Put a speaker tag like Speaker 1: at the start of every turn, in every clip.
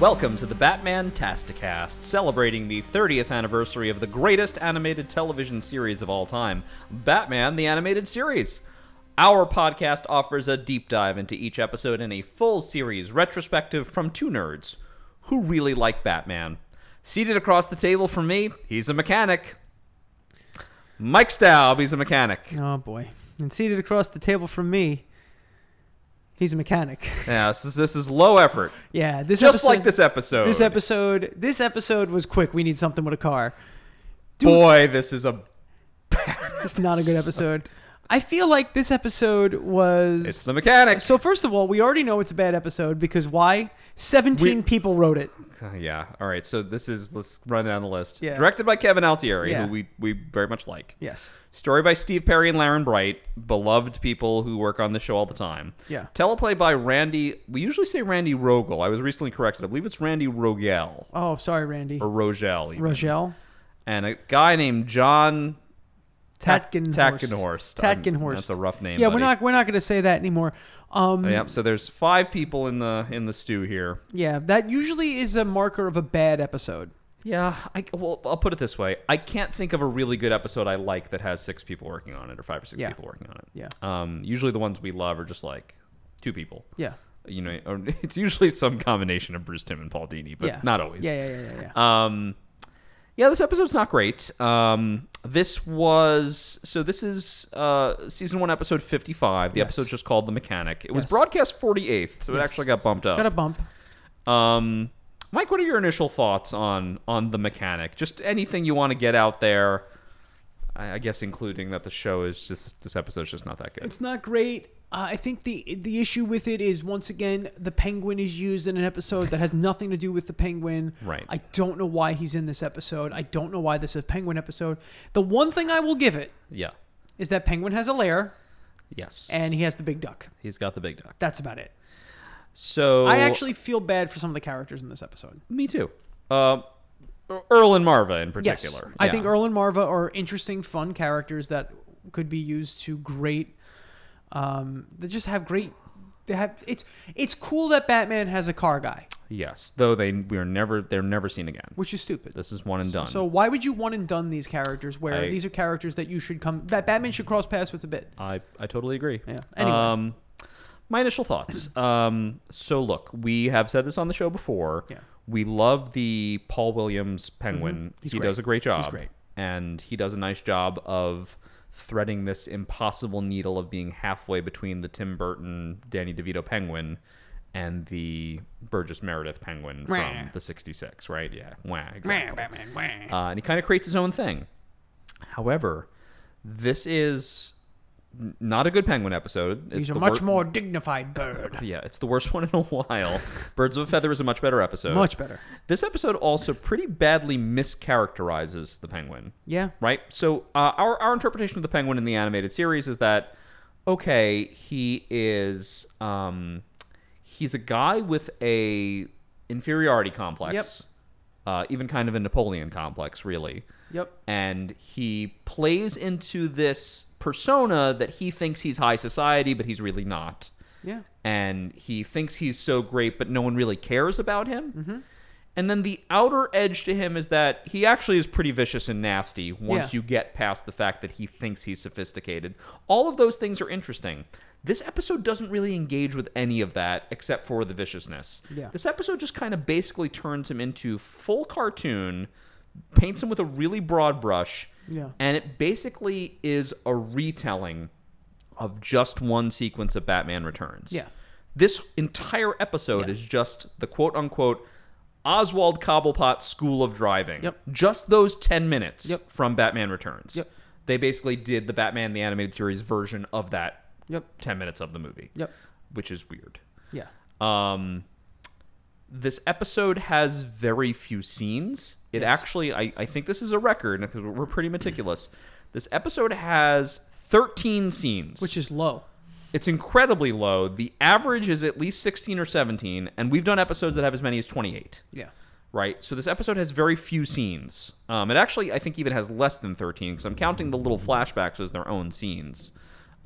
Speaker 1: Welcome to the Batman Tasticast, celebrating the 30th anniversary of the greatest animated television series of all time, Batman the Animated Series. Our podcast offers a deep dive into each episode in a full series retrospective from two nerds who really like Batman. Seated across the table from me, he's a mechanic. Mike Staub, he's a mechanic.
Speaker 2: Oh boy. And seated across the table from me, he's a mechanic.
Speaker 1: Yeah, this is, this is low effort.
Speaker 2: Yeah, this
Speaker 1: Just
Speaker 2: episode,
Speaker 1: like this episode.
Speaker 2: This episode, this episode was quick. We need something with a car.
Speaker 1: Boy, this is a.
Speaker 2: It's not a good episode. I feel like this episode was.
Speaker 1: It's the mechanic.
Speaker 2: so first of all, we already know it's a bad episode because why? Seventeen
Speaker 1: We-
Speaker 2: people wrote it.
Speaker 1: Uh, Yeah. All right. So this is let's run down the list.
Speaker 2: Yeah.
Speaker 1: Directed by Kevin Altieri,
Speaker 2: Yeah.
Speaker 1: who we we very much like.
Speaker 2: Yes.
Speaker 1: Story by Steve Perry and Laren Bright, beloved people who work on the show all the time.
Speaker 2: Yeah.
Speaker 1: Teleplay by Randy. We usually say Randy Rogel. I was recently corrected. I believe it's Randy Rogel
Speaker 2: Oh, sorry, Randy.
Speaker 1: or Rogel. even.
Speaker 2: Rochelle.
Speaker 1: And a guy named John Tat-
Speaker 2: Tatkenhorst.
Speaker 1: Tatkenhorst. I'm-
Speaker 2: Tatkenhorst.
Speaker 1: That's a rough name.
Speaker 2: Yeah, we're
Speaker 1: buddy.
Speaker 2: not we're not going to say that anymore. Um,
Speaker 1: Yep. So there's five people in the in the stew here.
Speaker 2: yeah, that usually is a marker of a bad episode.
Speaker 1: Yeah, I well, I'll put it this way: I can't think of a really good episode I like that has six people working on it, or five or six
Speaker 2: Yeah.
Speaker 1: people working on it.
Speaker 2: Yeah.
Speaker 1: Um, usually the ones we love are just like two people.
Speaker 2: Yeah.
Speaker 1: You know, or it's usually some combination of Bruce Tim and Paul Dini, but
Speaker 2: yeah.
Speaker 1: not always.
Speaker 2: Yeah, yeah, yeah, yeah. yeah.
Speaker 1: Um, yeah, this episode's not great. Um, this was so. This is uh, season one, episode fifty-five. The
Speaker 2: Yes.
Speaker 1: episode's just called "The Mechanic." It was
Speaker 2: Yes.
Speaker 1: broadcast forty-eighth, so it
Speaker 2: Yes.
Speaker 1: actually got bumped up.
Speaker 2: Got a bump.
Speaker 1: Um, Mike, what are your initial thoughts on on the mechanic? Just anything you want to get out there. I, I guess including that the show is just this episode's just not that good.
Speaker 2: It's not great. Uh, I think the the issue with it is once again the penguin is used in an episode that has nothing to do with the penguin.
Speaker 1: Right.
Speaker 2: I don't know why he's in this episode. I don't know why this is a penguin episode. The one thing I will give it
Speaker 1: Yeah.
Speaker 2: is that penguin has a lair
Speaker 1: Yes.
Speaker 2: and he has the big duck.
Speaker 1: he's got the big duck.
Speaker 2: That's about it.
Speaker 1: So
Speaker 2: I actually feel bad for some of the characters in this episode.
Speaker 1: me too. Um, Earl and Marva in
Speaker 2: Yes,
Speaker 1: particular.
Speaker 2: I
Speaker 1: Yeah.
Speaker 2: think Earl and Marva are interesting, fun characters that could be used to great. Um, they just have great. They have it's it's cool that Batman has a car guy,
Speaker 1: Yes, though they we are never they're never seen again.
Speaker 2: which is stupid.
Speaker 1: This is one and done.
Speaker 2: So why would you one and done these characters? Where
Speaker 1: I-
Speaker 2: these are characters that you should come that Batman should cross paths with a bit.
Speaker 1: I I totally agree.
Speaker 2: Yeah. Anyway.
Speaker 1: Um, my initial thoughts. Um, so look, we have said this on the show before.
Speaker 2: Yeah. Mm-hmm.
Speaker 1: We love the Paul Williams Penguin.
Speaker 2: He's
Speaker 1: he
Speaker 2: great.
Speaker 1: does a great job.
Speaker 2: great.
Speaker 1: And he does a nice job of threading this impossible needle of being halfway between the Tim Burton Danny DeVito Penguin and the Burgess Meredith Penguin from
Speaker 2: Wah.
Speaker 1: the 66, right? Yeah. Wah, exactly.
Speaker 2: Batman, wah.
Speaker 1: Uh, and he kind of creates his own thing. However, this is n- not a good penguin episode. It's
Speaker 2: He's a
Speaker 1: the
Speaker 2: much
Speaker 1: wor-
Speaker 2: more dignified bird.
Speaker 1: Yeah, it's the worst one in a while. Birds of a Feather is a much better episode.
Speaker 2: Much better.
Speaker 1: This episode also pretty badly mischaracterizes the penguin
Speaker 2: Yeah.
Speaker 1: right? So uh, our our interpretation of the penguin in the animated series is that okay, he is um, he's a guy with a inferiority complex,
Speaker 2: Yep.
Speaker 1: uh, even kind of a Napoleon complex, really.
Speaker 2: Yep.
Speaker 1: And he plays into this persona that he thinks he's high society, but he's really not
Speaker 2: Yeah.
Speaker 1: and he thinks he's so great, but no one really cares about him.
Speaker 2: Mm-hmm.
Speaker 1: And then the outer edge to him is that he actually is pretty vicious and nasty once
Speaker 2: Yeah.
Speaker 1: you get past the fact that he thinks he's sophisticated. All of those things are interesting. This episode doesn't really engage with any of that except for the viciousness.
Speaker 2: Yeah.
Speaker 1: This episode just kind of basically turns him into full cartoon, paints him with a really broad brush,
Speaker 2: Yeah.
Speaker 1: and it basically is a retelling of just one sequence of Batman Returns.
Speaker 2: Yeah.
Speaker 1: This entire episode is just the quote unquote Oswald Cobblepot School of Driving.
Speaker 2: Yep.
Speaker 1: Just those 10 minutes
Speaker 2: Yep.
Speaker 1: from Batman Returns.
Speaker 2: Yep.
Speaker 1: They basically did the Batman the Animated Series version of that
Speaker 2: Yep.
Speaker 1: 10 minutes of the movie.
Speaker 2: Yep.
Speaker 1: Which is weird.
Speaker 2: Yeah.
Speaker 1: Um, this episode has very few scenes. It
Speaker 2: Yes.
Speaker 1: actually, I, I think this is a record because we're pretty meticulous. This episode has 13 scenes,
Speaker 2: Which is low.
Speaker 1: it's incredibly low. The average is at least 16 or 17, and we've done episodes that have as many as 28.
Speaker 2: Yeah.
Speaker 1: Right, so this episode has very few scenes. Um, it actually, I think, even has less than 13 because I'm counting the little flashbacks as their own scenes.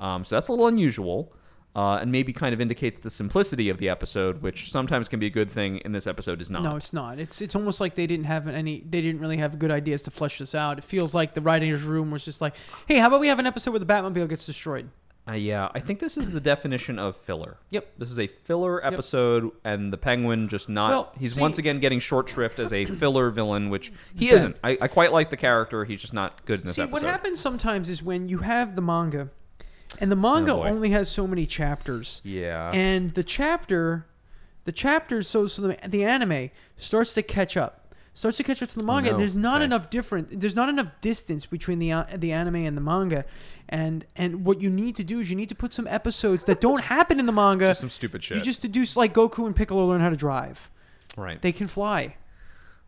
Speaker 1: Um, so that's a little unusual. uh, and maybe kind of indicates the simplicity of the episode, which sometimes can be a good thing. In this episode, is not.
Speaker 2: No, it's not. It's it's almost like they didn't have any. They didn't really have good ideas to flesh this out. It feels like the writers' room was just like, hey, how about we have an episode where the Batmobile gets destroyed?
Speaker 1: Uh, yeah, I think this is the definition of filler.
Speaker 2: Yep.
Speaker 1: This is a filler episode, and the Penguin just not.
Speaker 2: Well,
Speaker 1: he's
Speaker 2: see-
Speaker 1: once again getting short shrift as a filler villain, which he
Speaker 2: Yeah.
Speaker 1: isn't. I, I quite like the character. He's just not good in this
Speaker 2: See,
Speaker 1: episode.
Speaker 2: what happens sometimes is when you have the manga, and the manga
Speaker 1: Oh, boy.
Speaker 2: only has so many chapters,
Speaker 1: Yeah.
Speaker 2: and the chapter, the chapters, so, so the, the anime starts to catch up, starts to catch up to the manga.
Speaker 1: Oh, no.
Speaker 2: and There's not
Speaker 1: Okay.
Speaker 2: enough different. There's not enough distance between the uh, the anime and the manga, and and what you need to do is you need to put some episodes that don't happen in the manga.
Speaker 1: some stupid shit.
Speaker 2: you just deduce like Goku and Piccolo learn how to drive.
Speaker 1: right.
Speaker 2: They can fly.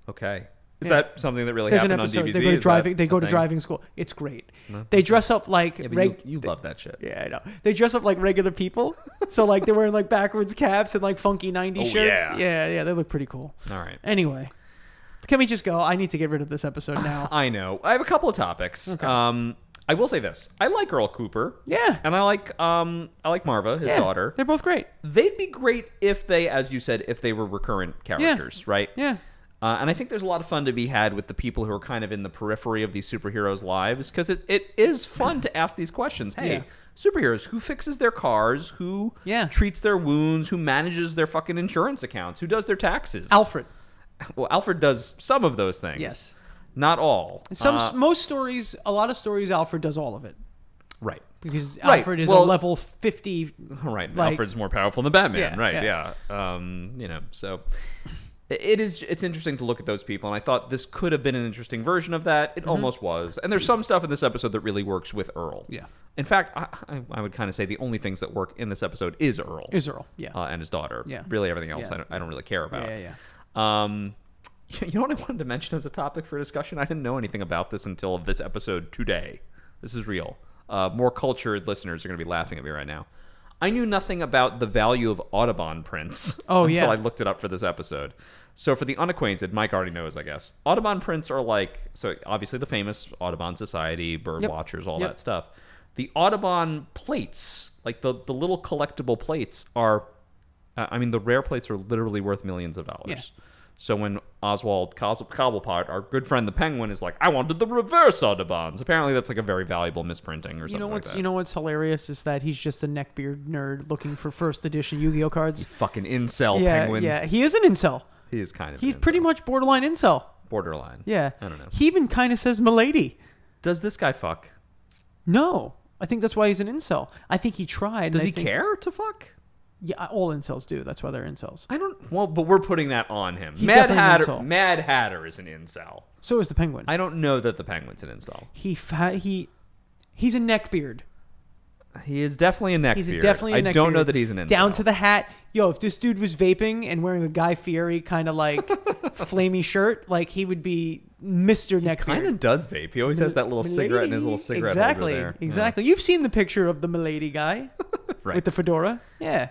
Speaker 1: okay. Is
Speaker 2: Yeah.
Speaker 1: that something that really
Speaker 2: There's an
Speaker 1: happened
Speaker 2: episode.
Speaker 1: on DBZ?
Speaker 2: They go to
Speaker 1: Is that
Speaker 2: driving. They
Speaker 1: a
Speaker 2: go to
Speaker 1: thing?
Speaker 2: driving school. It's great. They dress up like
Speaker 1: Yeah, but
Speaker 2: reg-
Speaker 1: you, you love that shit.
Speaker 2: Yeah, I know. They dress up like regular people. So like they're wearing like backwards caps and like funky 90s
Speaker 1: Oh,
Speaker 2: shirts.
Speaker 1: yeah.
Speaker 2: yeah, yeah, they look pretty cool.
Speaker 1: All right.
Speaker 2: Anyway, can we just go? I need to get rid of this episode now.
Speaker 1: I know. I have a couple of topics. Um, I will say this. I like Earl Cooper.
Speaker 2: yeah.
Speaker 1: And I like um I like Marva, his
Speaker 2: yeah.
Speaker 1: daughter.
Speaker 2: They're both great.
Speaker 1: They'd be great if they, as you said, if they were recurrent characters, right?
Speaker 2: Yeah.
Speaker 1: Uh, and I think there's a lot of fun to be had with the people who are kind of in the periphery of these superheroes' lives because it, it is fun to ask these questions. Hey,
Speaker 2: Yeah.
Speaker 1: superheroes, who fixes their cars? Who
Speaker 2: Yeah.
Speaker 1: treats their wounds? Who manages their fucking insurance accounts? Who does their taxes?
Speaker 2: Alfred.
Speaker 1: Well, Alfred does some of those things.
Speaker 2: Yes.
Speaker 1: Not all.
Speaker 2: Some
Speaker 1: Uh,
Speaker 2: most stories, a lot of stories Alfred does all of it
Speaker 1: right.
Speaker 2: because
Speaker 1: Right,
Speaker 2: Alfred is
Speaker 1: well-
Speaker 2: a level 50
Speaker 1: Right. and
Speaker 2: Like-
Speaker 1: Alfred's more powerful than Batman.
Speaker 2: Yeah,
Speaker 1: right. Yeah.
Speaker 2: yeah.
Speaker 1: Um, you know, so it is it's interesting to look at those people and I thought this could have been an interesting version of that.
Speaker 2: Mm-hmm.
Speaker 1: It almost was. And there's some stuff in this episode that really works with Earl.
Speaker 2: Yeah.
Speaker 1: In fact, I, I, I would kind of say the only things that work in this episode is Earl
Speaker 2: is Earl. Yeah.
Speaker 1: uh, and his daughter.
Speaker 2: Yeah.
Speaker 1: Really everything else
Speaker 2: Yeah.
Speaker 1: I, don't, I don't really care about.
Speaker 2: Yeah, yeah.
Speaker 1: Um you know what I wanted to mention as a topic for discussion? I didn't know anything about this until this episode today. This is real. Uh, more cultured listeners are going to be laughing at me right now. I knew nothing about the value of Audubon prints
Speaker 2: Oh,
Speaker 1: until
Speaker 2: yeah.
Speaker 1: I looked it up for this episode. So for the unacquainted, Mike already knows, I guess. Audubon prints are like so obviously the famous Audubon Society, bird
Speaker 2: Yep.
Speaker 1: watchers, all
Speaker 2: Yep.
Speaker 1: that stuff. The Audubon plates, like the the little collectible plates, are uh, I mean the rare plates are literally worth millions of dollars. So when Oswald Cos- Cobblepot, our good friend the Penguin, is like, "I wanted the reverse Audubons," apparently that's like a very valuable misprinting or something
Speaker 2: You know
Speaker 1: like
Speaker 2: what's
Speaker 1: that.
Speaker 2: you know what's hilarious is that he's just a neckbeard nerd looking for first edition Yu-Gi-Oh cards.
Speaker 1: Fucking incel
Speaker 2: yeah,
Speaker 1: penguin.
Speaker 2: yeah. He is an incel.
Speaker 1: He is kind of
Speaker 2: He's
Speaker 1: an
Speaker 2: pretty
Speaker 1: incel.
Speaker 2: much borderline incel.
Speaker 1: borderline.
Speaker 2: Yeah.
Speaker 1: I don't know.
Speaker 2: He even kind of says "milady."
Speaker 1: Does this guy fuck?
Speaker 2: No, I think that's why he's an incel. I think he tried. and
Speaker 1: Does
Speaker 2: I
Speaker 1: he
Speaker 2: think-
Speaker 1: care to fuck?
Speaker 2: Yeah, all incels do. That's why they're incels.
Speaker 1: I don't. Well, but we're putting that on him.
Speaker 2: He's
Speaker 1: Mad
Speaker 2: definitely an
Speaker 1: Hatter.
Speaker 2: incel.
Speaker 1: Mad Hatter is an incel.
Speaker 2: So is the penguin.
Speaker 1: I don't know that the penguin's an incel.
Speaker 2: he fa- he he's a neckbeard.
Speaker 1: He is definitely a neckbeard.
Speaker 2: He's a definitely. A
Speaker 1: I
Speaker 2: neckbeard.
Speaker 1: don't know that he's an incel.
Speaker 2: Down to the hat. Yo, if this dude was vaping and wearing a Guy Fieri kind of like flamey shirt, like he would be Mister Neckbeard.
Speaker 1: Kind of does vape. He always has that little cigarette in his little
Speaker 2: Milady.
Speaker 1: cigarette
Speaker 2: Exactly.
Speaker 1: holder there. Yeah.
Speaker 2: Exactly. You've seen the picture of the milady guy
Speaker 1: Right.
Speaker 2: with the fedora. Yeah.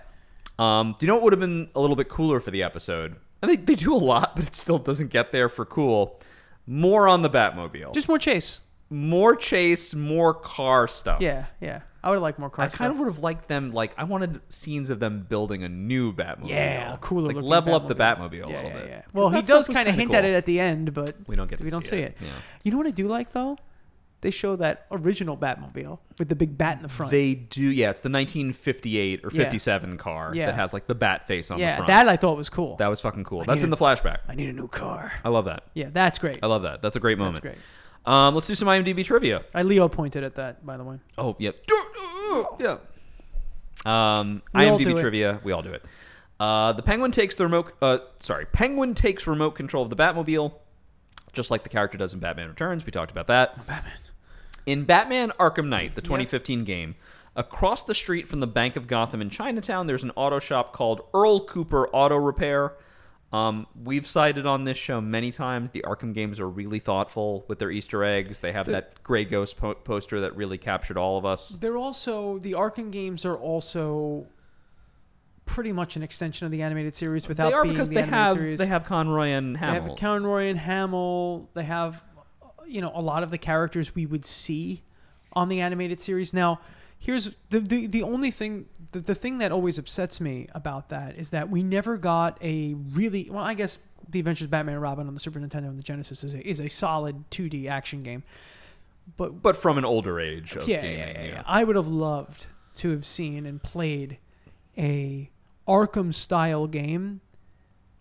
Speaker 1: Um, do you know what would have been a little bit cooler for the episode? And they, they do a lot, but it still doesn't get there for cool. More on the Batmobile.
Speaker 2: Just more chase.
Speaker 1: more chase, more car stuff.
Speaker 2: Yeah, yeah. I would like
Speaker 1: I
Speaker 2: more car
Speaker 1: kind
Speaker 2: stuff.
Speaker 1: of would have liked them. Like I wanted scenes of them building a new Batmobile.
Speaker 2: Yeah, cooler
Speaker 1: Like
Speaker 2: looking
Speaker 1: level up the
Speaker 2: Batmobile.
Speaker 1: Batmobile a
Speaker 2: yeah,
Speaker 1: little
Speaker 2: yeah,
Speaker 1: bit.
Speaker 2: yeah.
Speaker 1: 'Cause
Speaker 2: Well, he
Speaker 1: that stuff
Speaker 2: does
Speaker 1: was
Speaker 2: kind of
Speaker 1: kinda
Speaker 2: hint at
Speaker 1: cool.
Speaker 2: it at the end, but
Speaker 1: We don't get to
Speaker 2: we don't
Speaker 1: see
Speaker 2: see
Speaker 1: it,
Speaker 2: it.
Speaker 1: yeah.
Speaker 2: You know what I do like though? They show that original Batmobile with the big bat in the front.
Speaker 1: They do. Yeah, it's the 1958 or
Speaker 2: Yeah.
Speaker 1: 57 car
Speaker 2: Yeah.
Speaker 1: that has like the bat face on the
Speaker 2: yeah,
Speaker 1: front.
Speaker 2: that I thought was cool.
Speaker 1: that was fucking cool. That's
Speaker 2: need
Speaker 1: in the
Speaker 2: it.
Speaker 1: flashback.
Speaker 2: I need a new car.
Speaker 1: I love that.
Speaker 2: Yeah, that's great.
Speaker 1: I love that. That's a great moment.
Speaker 2: great.
Speaker 1: Um, let's do some IMDb trivia.
Speaker 2: I Leo pointed at that, by the way.
Speaker 1: Oh, yep. Yeah. Um,
Speaker 2: We all do
Speaker 1: IMDb
Speaker 2: it.
Speaker 1: trivia. We all do it. Uh, the Penguin takes the remote. Uh, sorry, Penguin takes remote control of the Batmobile, just like the character does in Batman Returns. We talked about that. Batman. In Batman Arkham Knight, the 2015 game, across the street from the Bank of Gotham in Chinatown, there's an auto shop called Earl Cooper Auto Repair. Um, we've cited on this show many times the Arkham games are really thoughtful with their Easter eggs. They have that gray ghost po- poster that really captured all of us.
Speaker 2: They're also the Arkham games are also pretty much an extension of the animated series without
Speaker 1: they are
Speaker 2: being
Speaker 1: because
Speaker 2: the
Speaker 1: they
Speaker 2: animated
Speaker 1: have
Speaker 2: series.
Speaker 1: they have Conroy and
Speaker 2: They have
Speaker 1: Hamill.
Speaker 2: Conroy and Hamill. They have, you know, a lot of the characters we would see on the animated series. Now, here's the, the the only thing the, the thing that always upsets me about that is that we never got a really well i guess the adventures of batman and robin on the super nintendo and the genesis is a, is a solid 2d action game but
Speaker 1: but from an older age of
Speaker 2: yeah,
Speaker 1: gaming.
Speaker 2: yeah, yeah, yeah. I would have loved to have seen and played a Arkham style game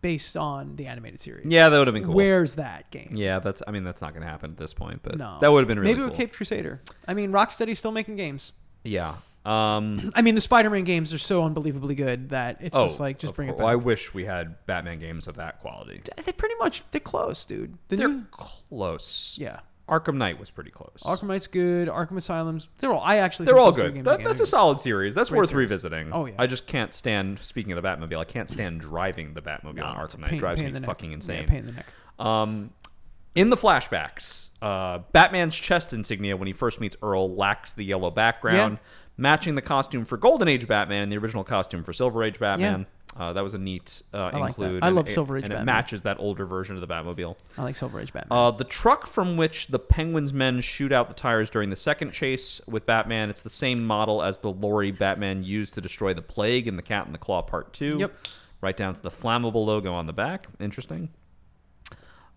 Speaker 2: based on the animated series.
Speaker 1: Yeah, that would have been cool.
Speaker 2: Where's that game?
Speaker 1: yeah, that's. I mean, that's not going to happen at this point, but
Speaker 2: No.
Speaker 1: that would have been really
Speaker 2: Maybe
Speaker 1: cool.
Speaker 2: with Caped Crusader. I mean, Rocksteady's still making games.
Speaker 1: yeah. Um,
Speaker 2: I mean, the Spider-Man games are so unbelievably good that it's
Speaker 1: oh,
Speaker 2: just like just
Speaker 1: of
Speaker 2: bring
Speaker 1: course.
Speaker 2: it back.
Speaker 1: I wish we had Batman games of that quality.
Speaker 2: they pretty much they're close, dude. The
Speaker 1: They're
Speaker 2: new-
Speaker 1: close.
Speaker 2: yeah.
Speaker 1: Arkham Knight was pretty close.
Speaker 2: Arkham Knight's good. Arkham Asylum's. They're all. I actually.
Speaker 1: They're
Speaker 2: think
Speaker 1: all
Speaker 2: those two
Speaker 1: good.
Speaker 2: games
Speaker 1: That,
Speaker 2: together
Speaker 1: that's a solid series. That's
Speaker 2: Great
Speaker 1: worth
Speaker 2: series.
Speaker 1: revisiting.
Speaker 2: Oh, yeah.
Speaker 1: I just can't stand. Speaking of the Batmobile, I can't stand driving the Batmobile on
Speaker 2: It's a
Speaker 1: Arkham Knight.
Speaker 2: pain-
Speaker 1: It drives
Speaker 2: pain
Speaker 1: me
Speaker 2: in the neck.
Speaker 1: fucking
Speaker 2: Yeah,
Speaker 1: insane.
Speaker 2: pain in the neck.
Speaker 1: Um, in the flashbacks, uh, Batman's chest insignia when he first meets Earl lacks the yellow background, matching the costume for Golden Age Batman and the original costume for Silver Age Batman. Uh, that was a neat uh,
Speaker 2: I like that.
Speaker 1: include.
Speaker 2: I
Speaker 1: and
Speaker 2: love
Speaker 1: it-
Speaker 2: Silver Age
Speaker 1: and
Speaker 2: Batman.
Speaker 1: it matches that older version of the Batmobile.
Speaker 2: I like Silver Age Batman.
Speaker 1: Uh, the truck from which the Penguin's men shoot out the tires during the second chase with Batman, it's the same model as the lorry Batman used to destroy the plague in The Cat and the Claw Part 2.
Speaker 2: Yep.
Speaker 1: Right down to the flammable logo on the back. Interesting.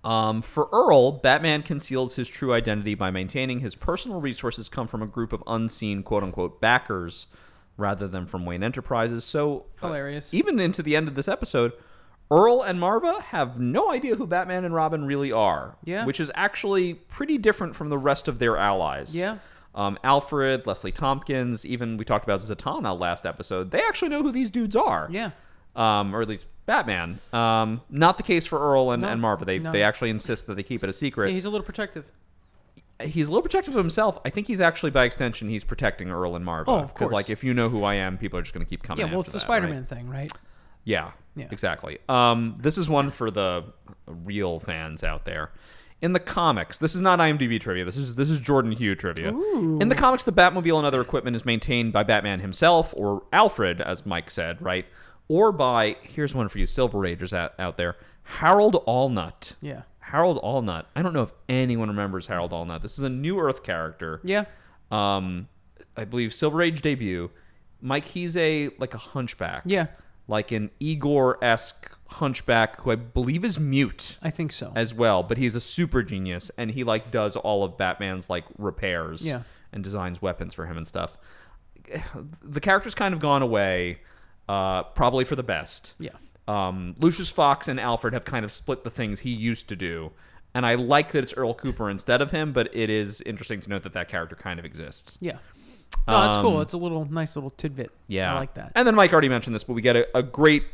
Speaker 1: Um, for Earl, Batman conceals his true identity by maintaining his personal resources come from a group of unseen quote unquote backers rather than from Wayne Enterprises. So, uh,
Speaker 2: Hilarious.
Speaker 1: even into the end of this episode, Earl and Marva have no idea who Batman and Robin really are.
Speaker 2: Yeah.
Speaker 1: Which is actually pretty different from the rest of their allies.
Speaker 2: Yeah.
Speaker 1: Um, Alfred, Leslie Tompkins, even we talked about Zatanna last episode. They actually know who these dudes are.
Speaker 2: yeah.
Speaker 1: Um, or at least Batman. Um, not the case for Earl and,
Speaker 2: No.
Speaker 1: and Marva. They,
Speaker 2: No.
Speaker 1: they actually insist that they keep it a secret.
Speaker 2: Yeah, he's a little protective.
Speaker 1: he's, a little protective of himself. I think he's actually, by extension, he's protecting Earl and Marva.
Speaker 2: Oh, of
Speaker 1: Because,
Speaker 2: course.
Speaker 1: like, if you know who I am, people are just going to keep coming
Speaker 2: Yeah, well, it's
Speaker 1: after
Speaker 2: the
Speaker 1: that, right?
Speaker 2: Spider-Man thing, right?
Speaker 1: Yeah,
Speaker 2: Yeah.
Speaker 1: exactly. Um, this is one for the real fans out there. In the comics, this is not IMDb trivia. This is this is Jordan Hugh trivia. In the comics, the Batmobile and other equipment is maintained by Batman himself or Alfred, as Mike said, right? Or by here's one for you Silver Ragers out, out there, Harold Allnut.
Speaker 2: Yeah.
Speaker 1: Harold Allnut. I don't know if anyone remembers Harold Allnut. This is a New Earth character
Speaker 2: Yeah.
Speaker 1: um, I believe Silver Age debut. Mike, he's a like a hunchback.
Speaker 2: Yeah.
Speaker 1: like an Igor esque hunchback who I believe is mute
Speaker 2: I think so.
Speaker 1: as well, but he's a super genius and he like does all of Batman's like repairs
Speaker 2: Yeah.
Speaker 1: and designs weapons for him and stuff. The character's kind of gone away, uh, probably for the best
Speaker 2: yeah.
Speaker 1: um, Lucius Fox and Alfred have kind of split the things he used to do, and I like that it's Earl Cooper instead of him. But it is interesting to note that that character kind of exists.
Speaker 2: Yeah. No, it's cool.
Speaker 1: Um,
Speaker 2: It's a little nice little tidbit.
Speaker 1: Yeah,
Speaker 2: I like that.
Speaker 1: And then Mike already mentioned this, but we get a, a great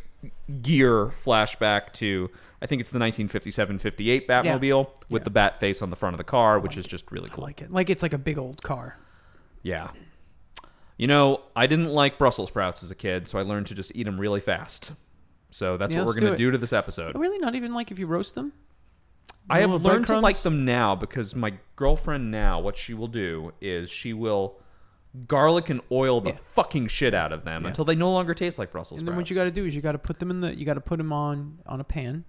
Speaker 1: gear flashback to I think it's the 1957-58 Batmobile with
Speaker 2: Yeah.
Speaker 1: the bat face on the front of the car, which is just really
Speaker 2: I
Speaker 1: cool.
Speaker 2: like it. Like it's like a big old car.
Speaker 1: Yeah. You know, I didn't like Brussels sprouts as a kid, so I learned to just eat them really fast. So that's
Speaker 2: Yeah,
Speaker 1: what we're
Speaker 2: let's
Speaker 1: going
Speaker 2: do
Speaker 1: to
Speaker 2: it.
Speaker 1: do to this episode.
Speaker 2: Really, not even like if you roast them.
Speaker 1: I have
Speaker 2: Little
Speaker 1: learned to
Speaker 2: breadcrumbs?
Speaker 1: like them now because my girlfriend now, what she will do is she will garlic and oil the
Speaker 2: Yeah.
Speaker 1: fucking shit out of them
Speaker 2: Yeah.
Speaker 1: until they no longer taste like Brussels
Speaker 2: And
Speaker 1: sprouts.
Speaker 2: then what you got to do is you got to put them in the. You got to put them on on a pan.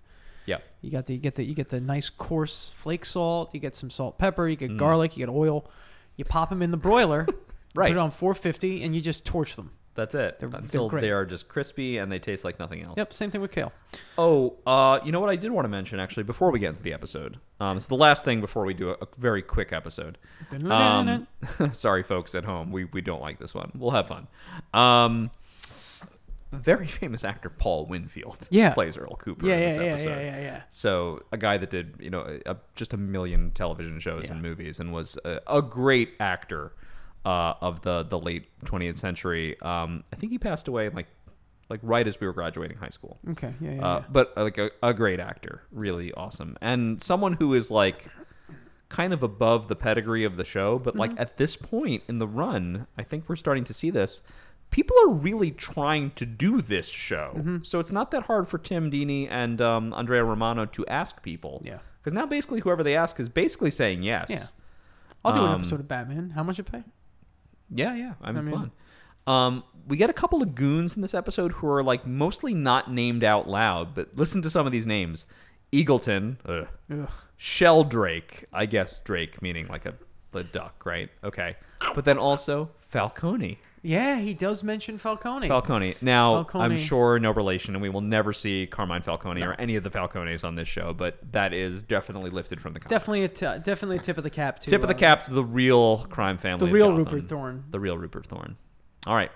Speaker 1: yeah,
Speaker 2: You got the you get the you get the nice coarse flake salt. You get some salt, pepper. You get
Speaker 1: Mm.
Speaker 2: garlic. You get oil. You pop them in the broiler.
Speaker 1: Right.
Speaker 2: Put it on 450, and you just torch them.
Speaker 1: that's it.
Speaker 2: They're- they're
Speaker 1: until
Speaker 2: great.
Speaker 1: they are just crispy and they taste like nothing else.
Speaker 2: Yep. Same thing with kale.
Speaker 1: Oh, uh, you know what I did want to mention actually before we get into the episode. Um, it's the last thing before we do a, a very quick episode. Um, sorry, folks at home. We, we don't like this one. We'll have fun. Um, very famous actor Paul Winfield
Speaker 2: Yeah.
Speaker 1: plays Earl Cooper
Speaker 2: yeah,
Speaker 1: in
Speaker 2: yeah,
Speaker 1: this
Speaker 2: yeah,
Speaker 1: episode.
Speaker 2: yeah, yeah, yeah.
Speaker 1: So a guy that did you know a, just a million television shows and movies and was a, a great actor uh, of the the late 20th century. Um, I think he passed away like like right as we were graduating high school.
Speaker 2: Okay. Yeah, yeah.
Speaker 1: Uh,
Speaker 2: yeah.
Speaker 1: but uh, like a, a great actor, really awesome, and someone who is like kind of above the pedigree of the show. But
Speaker 2: Mm-hmm.
Speaker 1: like at this point in the run, I think we're starting to see this. People are really trying to do this show,
Speaker 2: Mm-hmm.
Speaker 1: so it's not that hard for Tim Dini and um, Andrea Romano to ask people.
Speaker 2: Yeah.
Speaker 1: because now basically whoever they ask is basically saying yes.
Speaker 2: Yeah. I'll do an
Speaker 1: um,
Speaker 2: episode of Batman. How much you pay?
Speaker 1: Yeah, yeah. I'm
Speaker 2: I mean-
Speaker 1: fun. Um, we get a couple of goons in this episode who are like mostly not named out loud, but listen to some of these names: Eagleton, ugh.
Speaker 2: Ugh.
Speaker 1: Shell Drake, I guess Drake meaning like a the duck, right? Okay. But then also Falcone.
Speaker 2: Yeah, he does mention Falcone.
Speaker 1: Falcone. Now,
Speaker 2: Falcone.
Speaker 1: I'm sure no relation, and we will never see Carmine Falcone or any of the Falcones on this show, but that is definitely lifted from the comics.
Speaker 2: definitely a t- definitely a tip of the cap to
Speaker 1: Tip of the
Speaker 2: uh,
Speaker 1: cap to the real crime family.
Speaker 2: the
Speaker 1: of
Speaker 2: real
Speaker 1: Gotham.
Speaker 2: Rupert Thorne.
Speaker 1: The real Rupert Thorne. All right.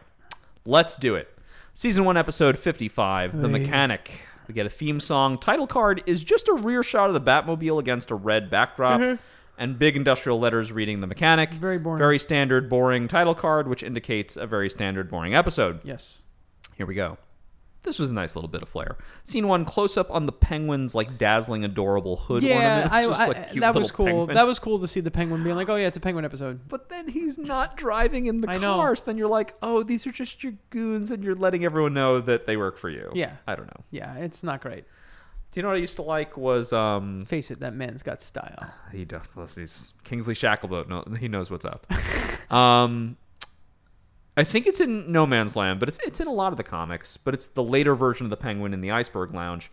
Speaker 1: Let's do it. Season 1, episode 55 The
Speaker 2: Oy.
Speaker 1: Mechanic. We get a theme song. Title card is just a rear shot of the Batmobile against a red backdrop. And big industrial letters reading The Mechanic.
Speaker 2: Mm-hmm. Very boring.
Speaker 1: Very standard, boring title card, which indicates a very standard, boring episode.
Speaker 2: Yes.
Speaker 1: Here we go. This was a nice little bit of flair. Scene one, close up on the penguin's like dazzling, adorable hood
Speaker 2: Yeah,
Speaker 1: ornament.
Speaker 2: I,
Speaker 1: Just,
Speaker 2: I-
Speaker 1: like, cute
Speaker 2: that
Speaker 1: little
Speaker 2: was cool.
Speaker 1: penguin.
Speaker 2: That was cool to see the penguin being like, "Oh yeah, it's a penguin episode."
Speaker 1: But then he's not driving in the
Speaker 2: I know.
Speaker 1: cars. Then you're like, oh, these are just your goons, and you're letting everyone know that they work for you.
Speaker 2: Yeah.
Speaker 1: I don't know.
Speaker 2: Yeah, it's not great.
Speaker 1: Do you know what I used to like was um
Speaker 2: Face it, that man's got style.
Speaker 1: he does he's Kingsley Shacklebolt. No, he knows what's up. um, I think it's in No Man's Land, but it's it's in a lot of the comics. But it's the later version of the Penguin in the Iceberg Lounge.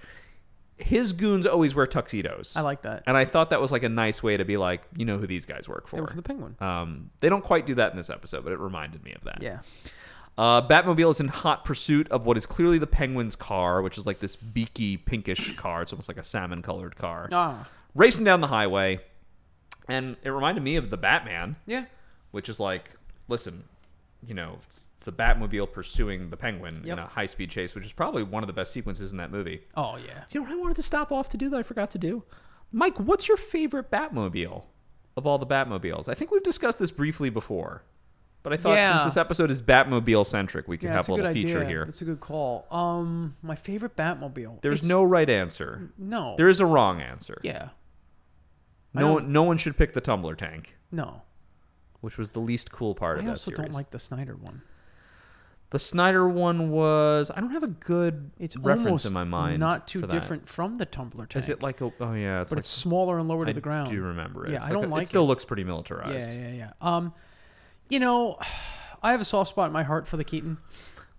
Speaker 1: His goons always wear tuxedos,
Speaker 2: I like that.
Speaker 1: and I thought that was like a nice way to be like, you know who these guys work
Speaker 2: They
Speaker 1: for.
Speaker 2: were for the penguin.
Speaker 1: um, they don't quite do that in this episode, but it reminded me of that.
Speaker 2: Yeah.
Speaker 1: Uh, Batmobile is in hot pursuit of what is clearly the Penguin's car, which is like this beaky, pinkish car. It's almost like a salmon colored car.
Speaker 2: Ah.
Speaker 1: Racing down the highway. And it reminded me of the Batman,
Speaker 2: Yeah.
Speaker 1: which is like, listen, you know, it's it's the Batmobile pursuing the Penguin
Speaker 2: Yep.
Speaker 1: in a high speed chase, which is probably one of the best sequences in that movie.
Speaker 2: Oh yeah.
Speaker 1: Do you know what I wanted to stop off to do that I forgot to do? Mike, what's your favorite Batmobile of all the Batmobiles? I think we've discussed this briefly before. But I thought since
Speaker 2: Yeah.
Speaker 1: this episode is Batmobile centric, we could
Speaker 2: Yeah,
Speaker 1: have
Speaker 2: that's
Speaker 1: a
Speaker 2: a good
Speaker 1: little feature
Speaker 2: idea.
Speaker 1: here.
Speaker 2: That's a good call. Um, my favorite Batmobile.
Speaker 1: There's
Speaker 2: It's-
Speaker 1: no right answer.
Speaker 2: no.
Speaker 1: There is a wrong answer.
Speaker 2: yeah. I
Speaker 1: no,
Speaker 2: don't-
Speaker 1: one, no one should pick the tumbler tank,
Speaker 2: No.
Speaker 1: which was the least cool part of
Speaker 2: I
Speaker 1: that
Speaker 2: also
Speaker 1: series.
Speaker 2: don't like the Snyder one.
Speaker 1: the Snyder one was I don't have a good
Speaker 2: It's
Speaker 1: reference
Speaker 2: almost
Speaker 1: in my mind.
Speaker 2: not too
Speaker 1: for that.
Speaker 2: different from the tumbler tank.
Speaker 1: Is it like a oh yeah, it's
Speaker 2: but
Speaker 1: like,
Speaker 2: it's smaller and lower to
Speaker 1: I
Speaker 2: the ground.
Speaker 1: do remember it.
Speaker 2: Yeah,
Speaker 1: It's
Speaker 2: I don't
Speaker 1: a-
Speaker 2: like
Speaker 1: it. Still
Speaker 2: it.
Speaker 1: looks pretty
Speaker 2: yeah,
Speaker 1: militarized.
Speaker 2: yeah, yeah. Um, you know, I have a soft spot in my heart for the Keaton.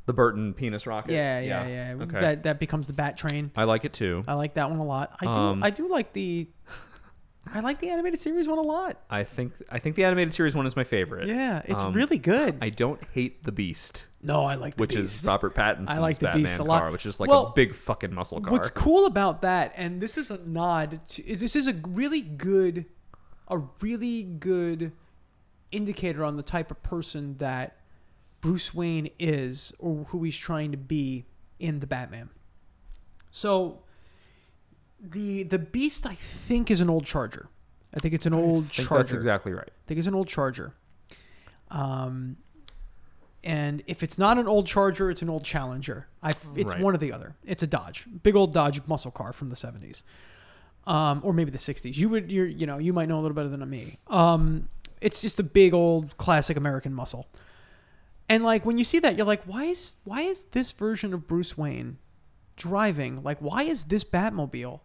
Speaker 1: The Burton penis rocket.
Speaker 2: Yeah, yeah, yeah.
Speaker 1: Okay.
Speaker 2: That that becomes the Bat Train.
Speaker 1: I like it too.
Speaker 2: I like that one a lot. I do.
Speaker 1: Um,
Speaker 2: I do like the. I like the animated series one a lot.
Speaker 1: I think I think the animated series one is my favorite.
Speaker 2: Yeah, it's
Speaker 1: Um,
Speaker 2: really good.
Speaker 1: I don't hate the Beast,
Speaker 2: no, I like the
Speaker 1: which
Speaker 2: Beast.
Speaker 1: is Robert Pattinson's
Speaker 2: I like the
Speaker 1: Batman
Speaker 2: Beast a lot.
Speaker 1: car, which is like a
Speaker 2: Well,
Speaker 1: big fucking muscle car.
Speaker 2: What's cool about that, and this is a nod to, is this is a really good, a really good indicator on the type of person that Bruce Wayne is or who he's trying to be in the Batman. So, the the Beast, I think, is an old Charger. I think it's an old
Speaker 1: I think
Speaker 2: Charger.
Speaker 1: that's exactly right.
Speaker 2: I think it's an old Charger. Um, and if it's not an old Charger, it's an old Challenger. I, it's
Speaker 1: Right.
Speaker 2: one or the other. It's a Dodge, big old Dodge muscle car from the seventies, um, or maybe the sixties. You would, you're, you know, you might know a little better than me. Um, it's just a big old classic American muscle. And like when you see that, you're like, why is why is this version of Bruce Wayne driving? Like, why is this Batmobile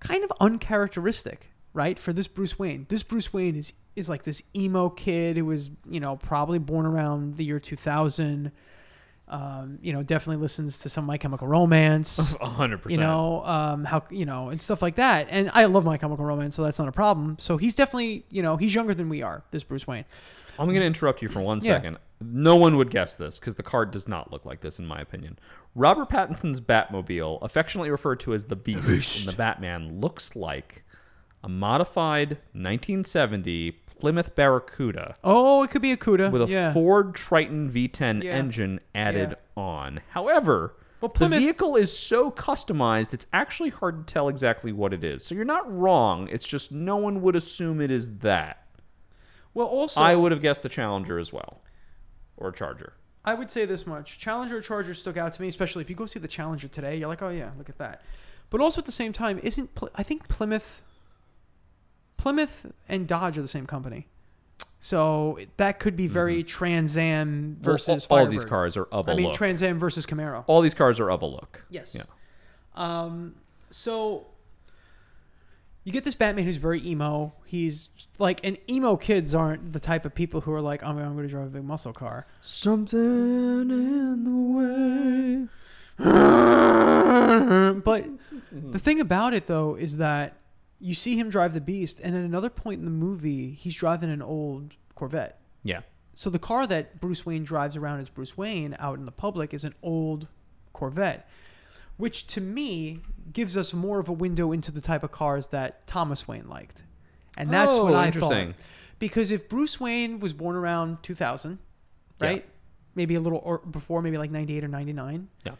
Speaker 2: kind of uncharacteristic, right? For this Bruce Wayne. This Bruce Wayne is is like this emo kid who was, you know, probably born around the year 2000. Um, you know, definitely listens to some My Chemical Romance.
Speaker 1: A hundred
Speaker 2: You
Speaker 1: percent.
Speaker 2: know, um, how you know, and stuff like that. And I love My Chemical Romance, so that's not a problem. So he's definitely, you know, he's younger than we are. This Bruce Wayne.
Speaker 1: I'm going to interrupt you for one
Speaker 2: Yeah.
Speaker 1: second. No one would guess this because the card does not look like this, in my opinion. Robert Pattinson's Batmobile, affectionately referred to as the Beast, in the Batman, looks like a modified 1970 Plymouth Barracuda
Speaker 2: Oh, it could be a Cuda.
Speaker 1: with a
Speaker 2: yeah.
Speaker 1: Ford Triton V10
Speaker 2: Yeah.
Speaker 1: engine added on. However,
Speaker 2: Well,
Speaker 1: the
Speaker 2: Plymouth-
Speaker 1: vehicle is so customized, it's actually hard to tell exactly what it is. So you're not wrong. It's just no one would assume it is that.
Speaker 2: well, also,
Speaker 1: I would have guessed the Challenger as well, or Charger.
Speaker 2: I would say this much: Challenger or Charger stuck out to me, especially if you go see the Challenger today. You're like, oh yeah, look at that. But also at the same time, isn't Pl- I think Plymouth, Plymouth and Dodge are the same company, so that could be very Trans Am versus
Speaker 1: Mm-hmm. all, all
Speaker 2: Firebird.
Speaker 1: these cars are of a
Speaker 2: I mean,
Speaker 1: look.
Speaker 2: Trans Am versus Camaro.
Speaker 1: all these cars are of a look.
Speaker 2: Yes.
Speaker 1: Yeah.
Speaker 2: Um, so you get this Batman who's very emo. He's like, and emo kids aren't the type of people who are like, I'm, I'm going to drive a big muscle car.
Speaker 1: Something in the way. Mm-hmm.
Speaker 2: but the thing about it though is that you see him drive the Beast, and at another point in the movie, he's driving an old Corvette.
Speaker 1: Yeah.
Speaker 2: So the car that Bruce Wayne drives around as Bruce Wayne out in the public is an old Corvette, which to me gives us more of a window into the type of cars that Thomas Wayne liked. And that's
Speaker 1: Oh,
Speaker 2: what I
Speaker 1: interesting.
Speaker 2: thought. Because if Bruce Wayne was born around 2000,
Speaker 1: Yeah.
Speaker 2: right? Maybe a little or before, maybe like 98 or 99.
Speaker 1: Yeah.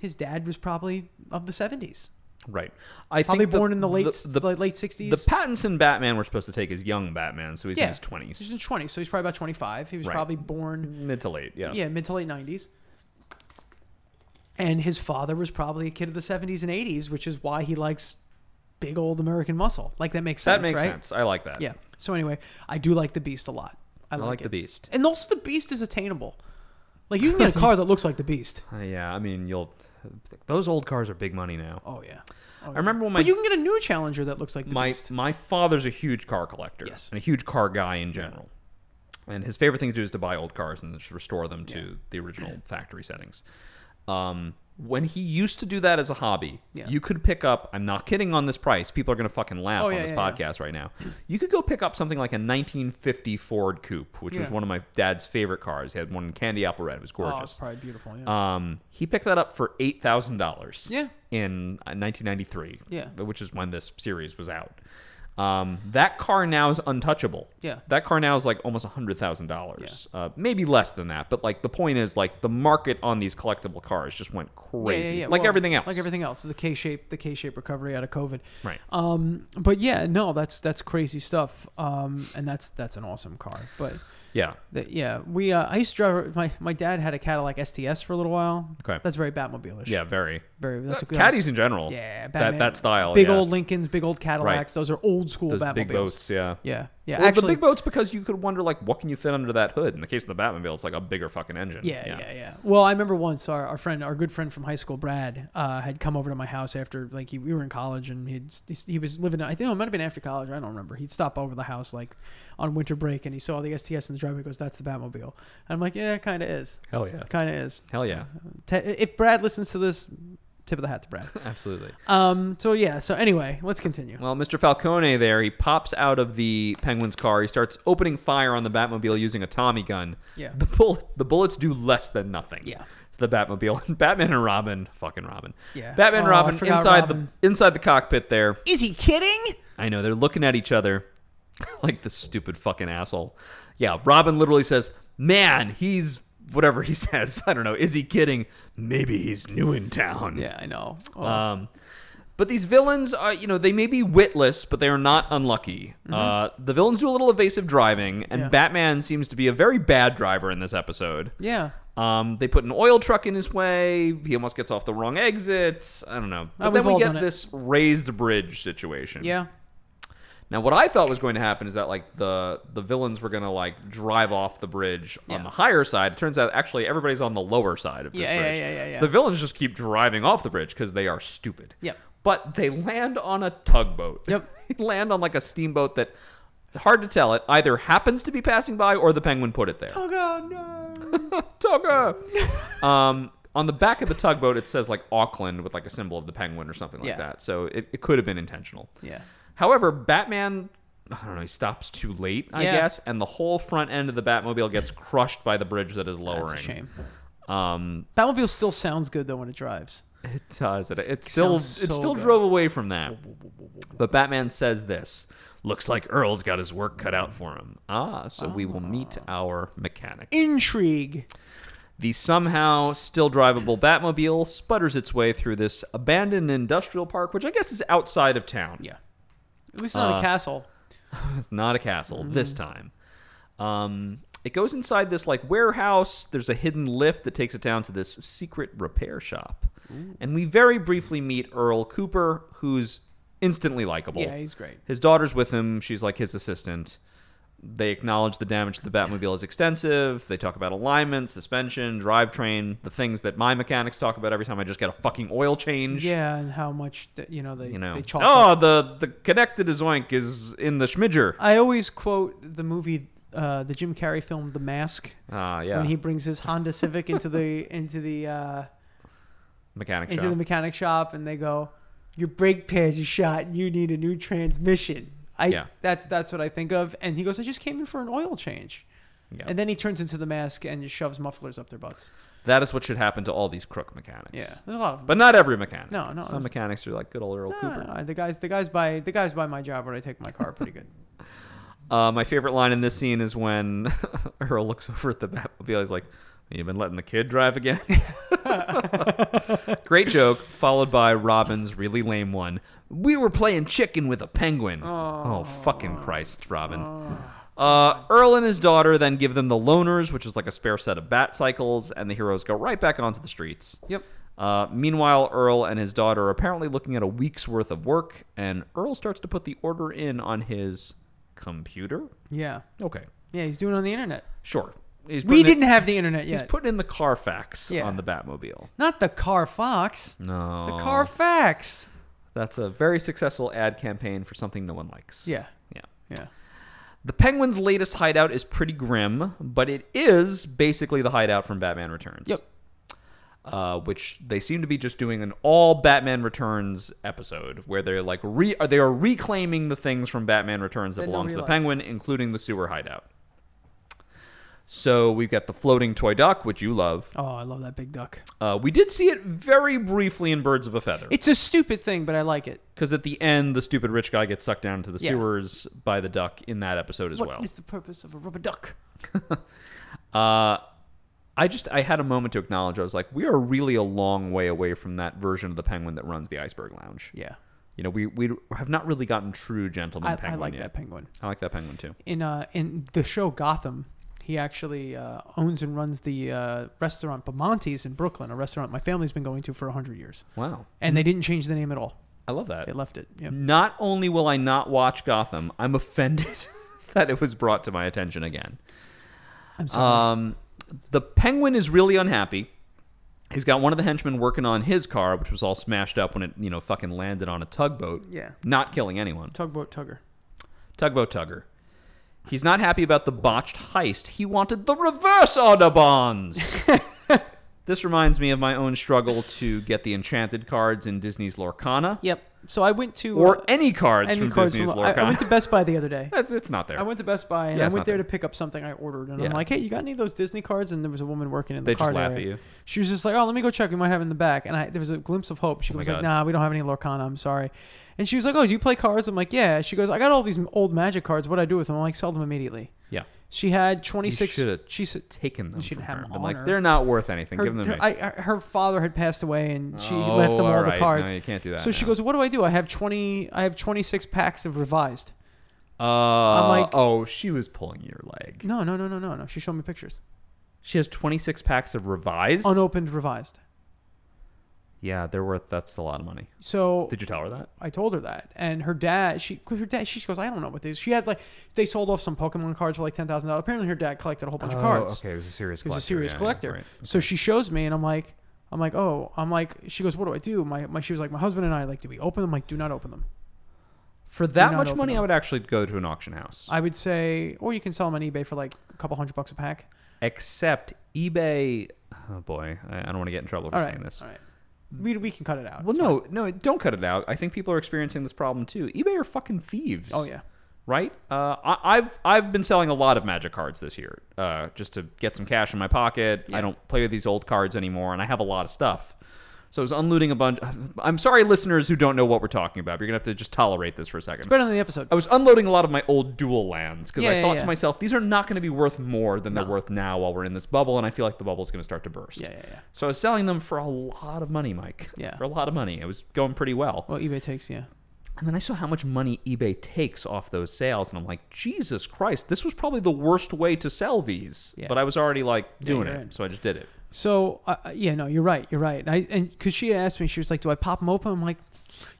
Speaker 2: His dad was probably of the 70s.
Speaker 1: Right. I
Speaker 2: Probably
Speaker 1: think the-
Speaker 2: born in the late
Speaker 1: the, the,
Speaker 2: late- late 60s.
Speaker 1: the patents in Batman we're supposed to take is young Batman, so he's in his
Speaker 2: He's
Speaker 1: twenties,
Speaker 2: in his 20s, so he's probably about 25. He was
Speaker 1: Right.
Speaker 2: probably born
Speaker 1: mid to late. Yeah.
Speaker 2: yeah, mid to late nineties. And his father was probably a kid of the seventies and eighties, which is why he likes big old American muscle. Like that makes sense,
Speaker 1: that makes
Speaker 2: right?
Speaker 1: sense. I like that.
Speaker 2: Yeah. So anyway, I do like the Beast a lot. I
Speaker 1: I
Speaker 2: like,
Speaker 1: like
Speaker 2: it.
Speaker 1: the Beast.
Speaker 2: and also the Beast is attainable. Like you can get a car that looks like the Beast.
Speaker 1: Uh, yeah, I mean, you'll those old cars are big money now.
Speaker 2: Oh yeah. Oh,
Speaker 1: I
Speaker 2: yeah.
Speaker 1: remember when my
Speaker 2: but you can get a new Challenger that looks like the
Speaker 1: my
Speaker 2: Beast.
Speaker 1: my father's a huge car collector
Speaker 2: Yes.
Speaker 1: and a huge car guy in general. And his favorite thing to do is to buy old cars and just restore them to the original factory settings. Um, when he used to do that as a hobby,
Speaker 2: Yeah.
Speaker 1: you could pick up. I'm not kidding on this price. People are going to fucking laugh
Speaker 2: Oh,
Speaker 1: on
Speaker 2: yeah,
Speaker 1: this
Speaker 2: yeah, yeah.
Speaker 1: podcast right now. You could go pick up something like a 1950 Ford Coupe, which was
Speaker 2: Yeah.
Speaker 1: one of my dad's favorite cars. He had one in candy apple red. It was
Speaker 2: Oh, it's
Speaker 1: gorgeous.
Speaker 2: probably beautiful. Yeah.
Speaker 1: Um, he picked that up for eight thousand dollars.
Speaker 2: Yeah.
Speaker 1: In uh, 1993.
Speaker 2: Yeah.
Speaker 1: Which is when this series was out. Um, that car now is untouchable.
Speaker 2: Yeah.
Speaker 1: That car now is like almost hundred thousand dollars. Uh, maybe less than that. But like the point is, like the market on these collectible cars just went
Speaker 2: Yeah, yeah,
Speaker 1: crazy.
Speaker 2: yeah.
Speaker 1: Like
Speaker 2: Well,
Speaker 1: everything else.
Speaker 2: Like everything else. The K shape the K shape recovery out of COVID.
Speaker 1: Right.
Speaker 2: Um, but yeah, no, that's that's crazy stuff. Um, and that's that's an awesome car. But
Speaker 1: Yeah.
Speaker 2: that, yeah, we uh, I used to drive my my dad had a Cadillac STS for a little while.
Speaker 1: Okay.
Speaker 2: that's very Batmobile-ish.
Speaker 1: Yeah. Very.
Speaker 2: very that's a good
Speaker 1: Caddies in general.
Speaker 2: Yeah,
Speaker 1: That
Speaker 2: Batman.
Speaker 1: that style.
Speaker 2: Big
Speaker 1: yeah.
Speaker 2: old Lincolns, big old Cadillacs.
Speaker 1: Right.
Speaker 2: Those are old school
Speaker 1: Those
Speaker 2: Batmobiles.
Speaker 1: big boats. Yeah.
Speaker 2: Yeah, yeah.
Speaker 1: Well,
Speaker 2: actually,
Speaker 1: the big boats because you could wonder like what can you fit under that hood. In the case of the Batmobile, it's like a bigger fucking engine.
Speaker 2: Yeah, yeah, yeah, Well, I remember once our, our friend, our good friend from high school, Brad, uh, had come over to my house after like he, we were in college and he'd, he was living. I think it might have been after college. I don't remember. He'd stop over the house like on winter break and he saw the STS in the driveway. He goes, "That's the Batmobile." And I'm like, "Yeah, it kind of is.
Speaker 1: Hell yeah.
Speaker 2: Kind of is."
Speaker 1: Hell yeah.
Speaker 2: Te- if Brad listens to this, tip of the hat to Brad.
Speaker 1: Absolutely.
Speaker 2: Um. So yeah. So anyway, let's continue.
Speaker 1: Well, Mr. Falcone there, he pops out of the penguin's car. He starts opening fire on the Batmobile using a Tommy gun.
Speaker 2: Yeah.
Speaker 1: The bullet the bullets do less than nothing.
Speaker 2: Yeah.
Speaker 1: To the Batmobile. And Batman and Robin, fucking Robin.
Speaker 2: Yeah.
Speaker 1: Batman and
Speaker 2: Oh, I
Speaker 1: Robin
Speaker 2: forgot
Speaker 1: inside
Speaker 2: Robin.
Speaker 1: the inside the cockpit there.
Speaker 2: Is he kidding?
Speaker 1: I know they're looking at each other like this stupid fucking asshole. Yeah, Robin literally says, "Man, he's whatever he says. I don't know. Is he kidding? Maybe he's new in town."
Speaker 2: Yeah, I know. Oh,
Speaker 1: Um, but these villains are, you know, they may be witless, but they are not unlucky. Uh, the villains do a little evasive driving, and
Speaker 2: Mm-hmm. Yeah.
Speaker 1: Batman seems to be a very bad driver in this episode.
Speaker 2: yeah.
Speaker 1: Um, they put an oil truck in his way. He almost gets off the wrong exit. I don't know. But
Speaker 2: we've
Speaker 1: then we
Speaker 2: all
Speaker 1: get
Speaker 2: done it.
Speaker 1: this raised bridge situation.
Speaker 2: Yeah.
Speaker 1: Now, what I thought was going to happen is that like the the villains were going to like drive off the bridge on
Speaker 2: Yeah.
Speaker 1: the higher side. It turns out actually everybody's on the lower side of this
Speaker 2: Yeah, yeah,
Speaker 1: bridge.
Speaker 2: yeah, yeah,
Speaker 1: So the villains just keep driving off the bridge because they are stupid.
Speaker 2: Yep.
Speaker 1: But they land on a tugboat.
Speaker 2: Yep.
Speaker 1: they land on like a steamboat that hard to tell. It either happens to be passing by or the penguin put it there.
Speaker 2: Oh God, no.
Speaker 1: Tugger. um, on the back of the tugboat, it says like Auckland with like a symbol of the penguin or something like
Speaker 2: Yeah.
Speaker 1: that. So it, it could have been intentional.
Speaker 2: yeah.
Speaker 1: However, Batman, I don't know, he stops too late, I
Speaker 2: Yeah.
Speaker 1: guess, and the whole front end of the Batmobile gets crushed by the bridge that is lowering.
Speaker 2: That's a shame.
Speaker 1: Um,
Speaker 2: Batmobile still sounds good though when it drives.
Speaker 1: it does. It, it still it
Speaker 2: sounds so
Speaker 1: still
Speaker 2: good.
Speaker 1: drove away from that. But Batman says this. Looks like Earl's got his work cut out for him. Ah, so we will meet
Speaker 2: Ah.
Speaker 1: our mechanic.
Speaker 2: Intrigue.
Speaker 1: The somehow still drivable Batmobile sputters its way through this abandoned industrial park, which I guess is outside of town.
Speaker 2: Yeah. At least it's not
Speaker 1: Uh,
Speaker 2: a castle.
Speaker 1: It's not a castle
Speaker 2: Mm-hmm.
Speaker 1: this time. Um, it goes inside this like warehouse. There's a hidden lift that takes it down to this secret repair shop, and we very briefly meet Earl Cooper, who's instantly likable.
Speaker 2: Yeah, he's great.
Speaker 1: His daughter's with him. She's like his assistant. They acknowledge the damage to the Batmobile is extensive. They talk about alignment, suspension, drivetrain, the things that my mechanics talk about every time I just get a fucking oil change
Speaker 2: Yeah, and how much th- you know they
Speaker 1: you know.
Speaker 2: they chalk.
Speaker 1: oh,
Speaker 2: up.
Speaker 1: the the connected zoink is in the schmidger.
Speaker 2: I always quote the movie, uh, the Jim Carrey film, The Mask,
Speaker 1: Ah, yeah.
Speaker 2: when he brings his Honda Civic into the into the uh,
Speaker 1: mechanic
Speaker 2: into
Speaker 1: shop.
Speaker 2: the mechanic shop, and they go, your brake pads are shot and you need a new transmission. I
Speaker 1: Yeah.
Speaker 2: that's that's what I think of. And he goes, I just came in for an oil change.
Speaker 1: Yeah.
Speaker 2: And then he turns into the mask and shoves mufflers up their butts.
Speaker 1: that is what should happen to all these crook mechanics.
Speaker 2: Yeah, there's a lot of them.
Speaker 1: But not every mechanic.
Speaker 2: No,
Speaker 1: Some
Speaker 2: no, that's-
Speaker 1: mechanics are like good old Earl
Speaker 2: No,
Speaker 1: Cooper.
Speaker 2: no, the guys, the guys buy the guys buy my job when I take my car pretty good.
Speaker 1: Uh, my favorite line in this scene is when Earl looks over at the Batmobile. He's like, "You've been letting the kid drive again." Great joke, followed by Robin's really lame one. We were playing chicken with a penguin. Oh, fucking Christ, Robin. Uh, Earl and his daughter then give them the loners, which is like a spare set of bat cycles, and the heroes go right back onto the streets.
Speaker 2: Yep.
Speaker 1: Uh, meanwhile, Earl and his daughter are apparently looking at a week's worth of work, and Earl starts to put the order in on his computer.
Speaker 2: Yeah.
Speaker 1: Okay,
Speaker 2: Yeah, he's doing it on the internet.
Speaker 1: sure. He's
Speaker 2: We
Speaker 1: putting
Speaker 2: didn't
Speaker 1: In,
Speaker 2: have the internet
Speaker 1: he's
Speaker 2: yet.
Speaker 1: putting in the Carfax
Speaker 2: Yeah.
Speaker 1: on the Batmobile.
Speaker 2: Not the car fox.
Speaker 1: No,
Speaker 2: The car fax.
Speaker 1: That's a very successful ad campaign for something no one likes.
Speaker 2: Yeah.
Speaker 1: yeah.
Speaker 2: Yeah.
Speaker 1: The Penguin's latest hideout is pretty grim, but it is basically the hideout from Batman Returns.
Speaker 2: Yep.
Speaker 1: Uh, which they seem to be just doing an all Batman Returns episode where they're like re are they are reclaiming the things from Batman Returns that
Speaker 2: That
Speaker 1: belong to the
Speaker 2: nobody liked.
Speaker 1: Penguin, including the sewer hideout. So we've got the floating toy duck, which you love.
Speaker 2: Oh, I love that big duck.
Speaker 1: Uh, we did see it very briefly in Birds of a Feather.
Speaker 2: It's a stupid thing, but I like it.
Speaker 1: Because at the end, the stupid rich guy gets sucked down into the
Speaker 2: Yeah.
Speaker 1: sewers by the duck in that episode as
Speaker 2: What is
Speaker 1: well.
Speaker 2: the purpose of a rubber duck?
Speaker 1: Uh, I just I had a moment to acknowledge. I was like, we are really a long way away from that version of the penguin that runs the Iceberg Lounge.
Speaker 2: Yeah.
Speaker 1: You know, we we have not really gotten true gentleman
Speaker 2: I, I
Speaker 1: penguin
Speaker 2: like
Speaker 1: yet.
Speaker 2: that penguin.
Speaker 1: I like that penguin too.
Speaker 2: In uh in the show Gotham, he actually uh, owns and runs the uh, restaurant Bamonte's in Brooklyn, a restaurant my family's been going to for 100 years.
Speaker 1: Wow,
Speaker 2: And they didn't change the name at all.
Speaker 1: I love that.
Speaker 2: They left it. Yeah.
Speaker 1: Not only will I not watch Gotham, I'm offended that it was brought to my attention again.
Speaker 2: I'm sorry.
Speaker 1: Um, the penguin is really unhappy. He's got one of the henchmen working on his car, which was all smashed up when it, you know, fucking landed on a tugboat,
Speaker 2: yeah.
Speaker 1: not killing anyone.
Speaker 2: Tugboat Tugger.
Speaker 1: Tugboat Tugger. He's not happy about the botched heist. He wanted the reverse Autobahns. this reminds me of my own struggle to get the enchanted cards in Disney's Lorcana,
Speaker 2: Yep. So I went to
Speaker 1: or
Speaker 2: uh,
Speaker 1: any cards
Speaker 2: any
Speaker 1: from
Speaker 2: cards
Speaker 1: Disney's
Speaker 2: from- I,
Speaker 1: Lorcana.
Speaker 2: I went to Best Buy the other day.
Speaker 1: It's- it's not there.
Speaker 2: I went to Best Buy and
Speaker 1: Yeah,
Speaker 2: I
Speaker 1: it's
Speaker 2: went
Speaker 1: not
Speaker 2: there
Speaker 1: there.
Speaker 2: to pick up something I ordered, and
Speaker 1: Yeah.
Speaker 2: I'm like, "Hey, you got any of those Disney cards?" And there was a woman working in
Speaker 1: they
Speaker 2: the
Speaker 1: just
Speaker 2: card
Speaker 1: laugh
Speaker 2: area.
Speaker 1: at you.
Speaker 2: She was just like, "Oh, let me go check. We might have it in the back." And I there was a glimpse of hope. She
Speaker 1: Oh my
Speaker 2: was
Speaker 1: God.
Speaker 2: like, "Nah, we don't have any Lorcana. I'm sorry." And she was like, "Oh, do you play cards?" I'm like, "Yeah." She goes, "I got all these old Magic cards. What do I do with them?" I'm like, "Sell them immediately."
Speaker 1: Yeah.
Speaker 2: She had
Speaker 1: You
Speaker 2: 26.
Speaker 1: should've
Speaker 2: She said.
Speaker 1: Taken them.
Speaker 2: You should
Speaker 1: from
Speaker 2: have
Speaker 1: her.
Speaker 2: them
Speaker 1: I'm
Speaker 2: on
Speaker 1: like,
Speaker 2: her.
Speaker 1: they're not worth anything.
Speaker 2: Her,
Speaker 1: Give them to me.
Speaker 2: her, I, I- her father had passed away, and she
Speaker 1: Oh,
Speaker 2: left him all
Speaker 1: alright.
Speaker 2: the cards.
Speaker 1: No, you can't do that.
Speaker 2: so she
Speaker 1: now.
Speaker 2: goes, "What do I do? I have 20. I have 26 packs of revised."
Speaker 1: Uh,
Speaker 2: like-
Speaker 1: oh, she was pulling your leg.
Speaker 2: No, no, no, no, no, no. She showed me pictures.
Speaker 1: She has 26 packs of revised.
Speaker 2: Unopened revised.
Speaker 1: Yeah, they're worth. That's a lot of money.
Speaker 2: So
Speaker 1: Did you tell her that?
Speaker 2: I told her that, and her dad, she, 'cause her dad, she goes, I don't know what these. She had like they sold off some Pokemon cards for like ten thousand dollars. Apparently, her dad collected a whole bunch of cards.
Speaker 1: Oh, Okay, it was a serious.
Speaker 2: He
Speaker 1: collector.
Speaker 2: was a serious
Speaker 1: yeah, yeah,
Speaker 2: collector.
Speaker 1: right.
Speaker 2: So she shows me, and I'm like, I'm like, oh, I'm like, she goes, what do I do? My, my, she was like, my husband and I like, do we open them? I'm like, do not open them.
Speaker 1: For that
Speaker 2: not
Speaker 1: much
Speaker 2: open
Speaker 1: money, I
Speaker 2: them.
Speaker 1: would actually go to an auction house.
Speaker 2: I would say, or you can sell them on eBay for like a couple hundred bucks a pack.
Speaker 1: Except eBay. Oh boy, I, I don't want to get in trouble for
Speaker 2: All
Speaker 1: saying
Speaker 2: right,
Speaker 1: this.
Speaker 2: all right. We, we can cut it out.
Speaker 1: Well,
Speaker 2: It's fine.
Speaker 1: no, no, don't cut it out. I think people are experiencing this problem too. eBay are fucking thieves.
Speaker 2: Oh yeah.
Speaker 1: right? Uh, I, I've I've been selling a lot of Magic cards this year, uh, just to get some cash in my pocket. I don't play with these old cards anymore, and I have a lot of stuff. So I was unloading a bunch. I'm sorry, listeners who don't know what we're talking about. You're gonna have to just tolerate this for a second.
Speaker 2: Better than the episode.
Speaker 1: I was unloading a lot of my old dual lands because
Speaker 2: Yeah,
Speaker 1: I
Speaker 2: yeah,
Speaker 1: thought to
Speaker 2: yeah.
Speaker 1: myself, these are not going to be worth more than they're
Speaker 2: No.
Speaker 1: worth now while we're in this bubble, and I feel like the bubble's going to start to burst.
Speaker 2: Yeah, yeah, yeah.
Speaker 1: So I was selling them for a lot of money, Mike.
Speaker 2: Yeah.
Speaker 1: For a lot of money. It was going pretty well.
Speaker 2: Well, eBay takes yeah.
Speaker 1: And then I saw how much money eBay takes off those sales, and I'm like, Jesus Christ, this was probably the worst way to sell these.
Speaker 2: Yeah.
Speaker 1: But I was already like doing
Speaker 2: you're
Speaker 1: it,
Speaker 2: in.
Speaker 1: so I just did it.
Speaker 2: So uh, uh, yeah, no, you're right, you're right. And I and because she asked me, she was like, "Do I pop them open?" I'm like,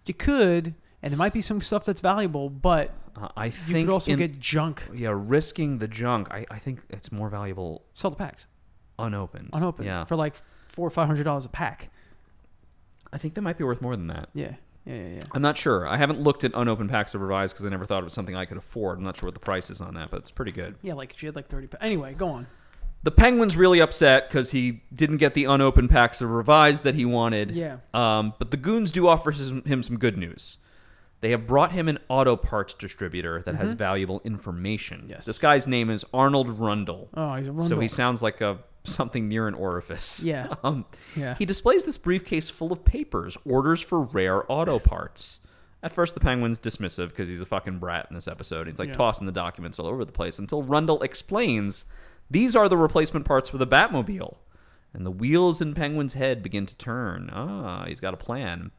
Speaker 2: "You could, and there might be some stuff that's valuable, but
Speaker 1: Uh, I
Speaker 2: you
Speaker 1: think
Speaker 2: could also
Speaker 1: in-
Speaker 2: get junk.
Speaker 1: yeah, risking the junk. I, I think it's more valuable
Speaker 2: Sell the packs
Speaker 1: unopened.
Speaker 2: unopened
Speaker 1: Yeah.
Speaker 2: for like four or five hundred dollars a pack.
Speaker 1: I think they might be worth more than that.
Speaker 2: Yeah, yeah, yeah. yeah.
Speaker 1: I'm not sure. I haven't looked at unopened packs of revised because I never thought it was something I could afford. I'm not sure what the price is on that, but it's pretty good.
Speaker 2: Yeah, like she had like thirty. Pa- anyway, go on.
Speaker 1: The Penguin's really upset because he didn't get the unopened packs of Revised that he wanted.
Speaker 2: Yeah.
Speaker 1: Um, but the goons do offer his- him some good news. They have brought him an auto parts distributor that has valuable information.
Speaker 2: Mm-hmm. Yes.
Speaker 1: This guy's name is Arnold Rundle.
Speaker 2: Oh, he's a Rundle.
Speaker 1: So he sounds like a something near an orifice.
Speaker 2: Yeah.
Speaker 1: Um,
Speaker 2: Yeah.
Speaker 1: He displays this briefcase full of papers, orders for rare auto parts. At first, the penguin's dismissive because he's a fucking brat in this episode. He's like
Speaker 2: Yeah.
Speaker 1: tossing the documents all over the place until Rundle explains these are the replacement parts for the Batmobile. And the wheels in Penguin's head begin to turn. Ah, he's got a plan.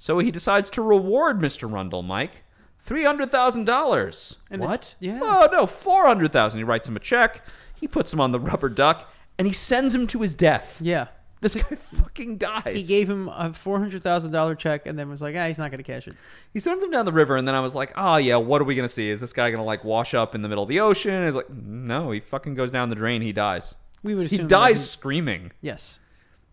Speaker 1: So he decides to reward Mr. Rundle, Mike. $300,000.
Speaker 2: And
Speaker 1: What?
Speaker 2: it- yeah.
Speaker 1: Oh, no, 400000 He writes him a check. He puts him on the rubber duck and he sends him to his death.
Speaker 2: yeah.
Speaker 1: This guy fucking dies.
Speaker 2: He gave him a four hundred thousand dollar check and then was like, ah, he's not gonna cash it.
Speaker 1: He sends him down the river, and then I was like, "Oh yeah, what are we gonna see? Is this guy gonna like wash up in the middle of the ocean?" And It's like, no, he fucking goes down the drain. He dies.
Speaker 2: We would
Speaker 1: He
Speaker 2: assume that
Speaker 1: dies
Speaker 2: he-
Speaker 1: screaming
Speaker 2: Yes.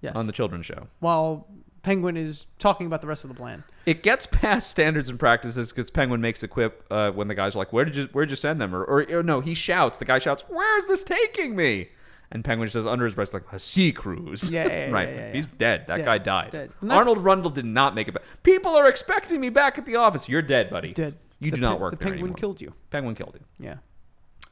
Speaker 2: Yes.
Speaker 1: on the children's show.
Speaker 2: While Penguin is talking about the rest of the plan.
Speaker 1: It gets past standards and practices because Penguin makes a quip uh, when the guy's like, "Where did you where'd you send them?" Or, or, or no, he shouts. The guy shouts, "Where is this taking me?" And Penguin says under his breath, like a sea cruise.
Speaker 2: Yeah, yeah, yeah,
Speaker 1: right.
Speaker 2: yeah,
Speaker 1: but
Speaker 2: yeah.
Speaker 1: He's dead. That
Speaker 2: Dead,
Speaker 1: guy died.
Speaker 2: dead. And that's-
Speaker 1: Arnold Rundle did not make it back. People are expecting me back at the office. You're dead, buddy.
Speaker 2: Dead.
Speaker 1: You
Speaker 2: The
Speaker 1: do not
Speaker 2: pe-
Speaker 1: work
Speaker 2: The
Speaker 1: there
Speaker 2: penguin
Speaker 1: anymore.
Speaker 2: killed you.
Speaker 1: Penguin killed him.
Speaker 2: Yeah.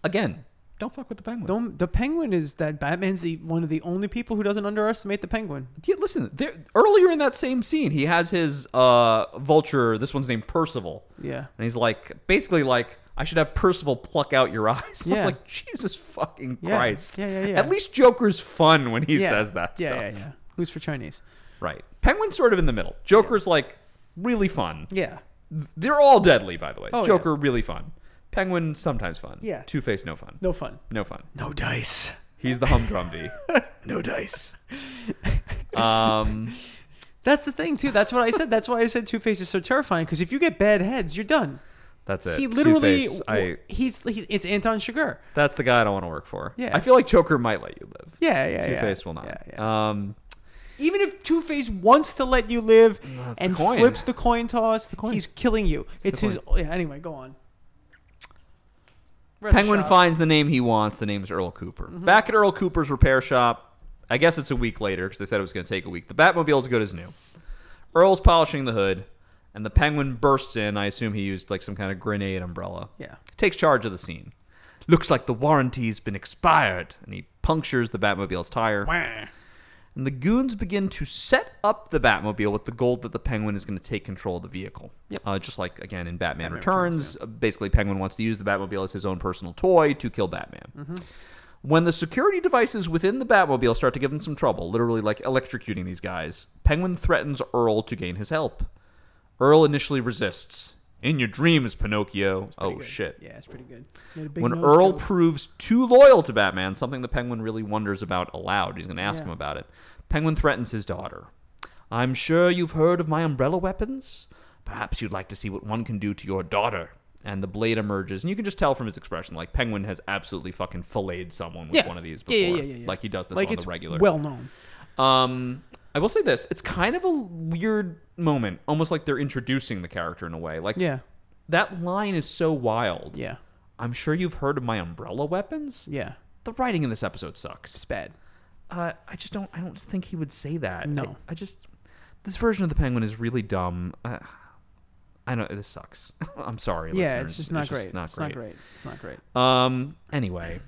Speaker 1: Again, don't fuck with the penguin.
Speaker 2: The, the penguin is that Batman's the one of the only people who doesn't underestimate the penguin.
Speaker 1: Yeah, listen, there, earlier in that same scene, he has his uh, vulture. This one's named Percival,
Speaker 2: Yeah.
Speaker 1: and he's like, basically, like, I should have Percival pluck out your eyes. I was
Speaker 2: Yeah.
Speaker 1: like, Jesus fucking
Speaker 2: Yeah.
Speaker 1: Christ!
Speaker 2: Yeah, yeah, yeah.
Speaker 1: At least Joker's fun when he
Speaker 2: yeah.
Speaker 1: says that
Speaker 2: yeah,
Speaker 1: stuff.
Speaker 2: Yeah, yeah. Who's for Chinese?
Speaker 1: Right. Penguin's sort of in the middle. Joker's like really fun.
Speaker 2: Yeah.
Speaker 1: They're all deadly, by the way.
Speaker 2: Oh, yeah.
Speaker 1: Joker really fun. Penguin sometimes fun.
Speaker 2: Yeah.
Speaker 1: Two Face no fun.
Speaker 2: No fun.
Speaker 1: No fun.
Speaker 2: No dice.
Speaker 1: He's the humdrum V.
Speaker 2: No dice.
Speaker 1: Um,
Speaker 2: That's the thing too. That's what I said. That's why I said Two Face is so terrifying because if you get bad heads, you're done.
Speaker 1: that's it.
Speaker 2: He literally,
Speaker 1: Two-Face, Uh, I,
Speaker 2: he's, he's it's Anton Chigurh.
Speaker 1: That's the guy I don't want to work for.
Speaker 2: Yeah.
Speaker 1: I feel like Joker might let you live.
Speaker 2: Yeah, yeah, yeah.
Speaker 1: Two Face will not.
Speaker 2: Yeah, yeah.
Speaker 1: Um,
Speaker 2: Even if Two Face wants to let you live
Speaker 1: That's the
Speaker 2: and
Speaker 1: coin.
Speaker 2: flips the coin toss,
Speaker 1: coin.
Speaker 2: he's killing you. It's,
Speaker 1: the
Speaker 2: his. Yeah, anyway, go on. We're at the
Speaker 1: Penguin
Speaker 2: shop. Mm-hmm.
Speaker 1: finds the name he wants. The name's Earl Cooper. Back at Earl Cooper's repair shop, I guess it's a week later because they said it was going to take a week. The Batmobile's good as new. Earl's polishing the hood, and the Penguin bursts in. I assume he used like some kind of grenade umbrella.
Speaker 2: Yeah.
Speaker 1: Takes charge of the scene. Looks like the warranty's been expired, and he punctures the Batmobile's tire.
Speaker 2: Wah.
Speaker 1: And the goons begin to set up the Batmobile with the goal that the Penguin is going to take control of the vehicle. Uh, just like, again, in Batman, Returns, uh, basically, Penguin wants to use the Batmobile as his own personal toy to kill Batman. When the security devices within the Batmobile start to give them some trouble, literally like electrocuting these guys, Penguin threatens Earl to gain his help. Earl initially resists. In your dreams, Pinocchio. Oh,
Speaker 2: Pretty good.
Speaker 1: shit.
Speaker 2: Yeah, it's pretty good. Made a big
Speaker 1: when
Speaker 2: nose
Speaker 1: Earl
Speaker 2: joke.
Speaker 1: proves too loyal to Batman, something the Penguin really wonders about aloud. He's going to ask
Speaker 2: Yeah.
Speaker 1: him about it. Penguin threatens his daughter. I'm sure you've heard of my umbrella weapons. Perhaps you'd like to see what one can do to your daughter. And the blade emerges, and you can just tell from his expression, like Penguin has absolutely fucking filleted someone with
Speaker 2: Yeah.
Speaker 1: one of these
Speaker 2: Yeah,
Speaker 1: before.
Speaker 2: yeah, yeah, yeah, yeah.
Speaker 1: Like he does this
Speaker 2: like
Speaker 1: on
Speaker 2: it's
Speaker 1: the regular.
Speaker 2: well known.
Speaker 1: Um, I will say this: it's kind of a weird moment, almost like they're introducing the character in a way. Like
Speaker 2: Yeah,
Speaker 1: that line is so wild.
Speaker 2: yeah,
Speaker 1: I'm sure you've heard of my umbrella weapons.
Speaker 2: yeah.
Speaker 1: The writing in this episode sucks.
Speaker 2: It's bad.
Speaker 1: Uh, I just don't. I don't think he would say that.
Speaker 2: No.
Speaker 1: I, I just this version of the Penguin is really dumb. Uh, I know this sucks. I'm sorry.
Speaker 2: yeah,
Speaker 1: listeners.
Speaker 2: it's just not great. it's not great. It's not great.
Speaker 1: Um. Anyway,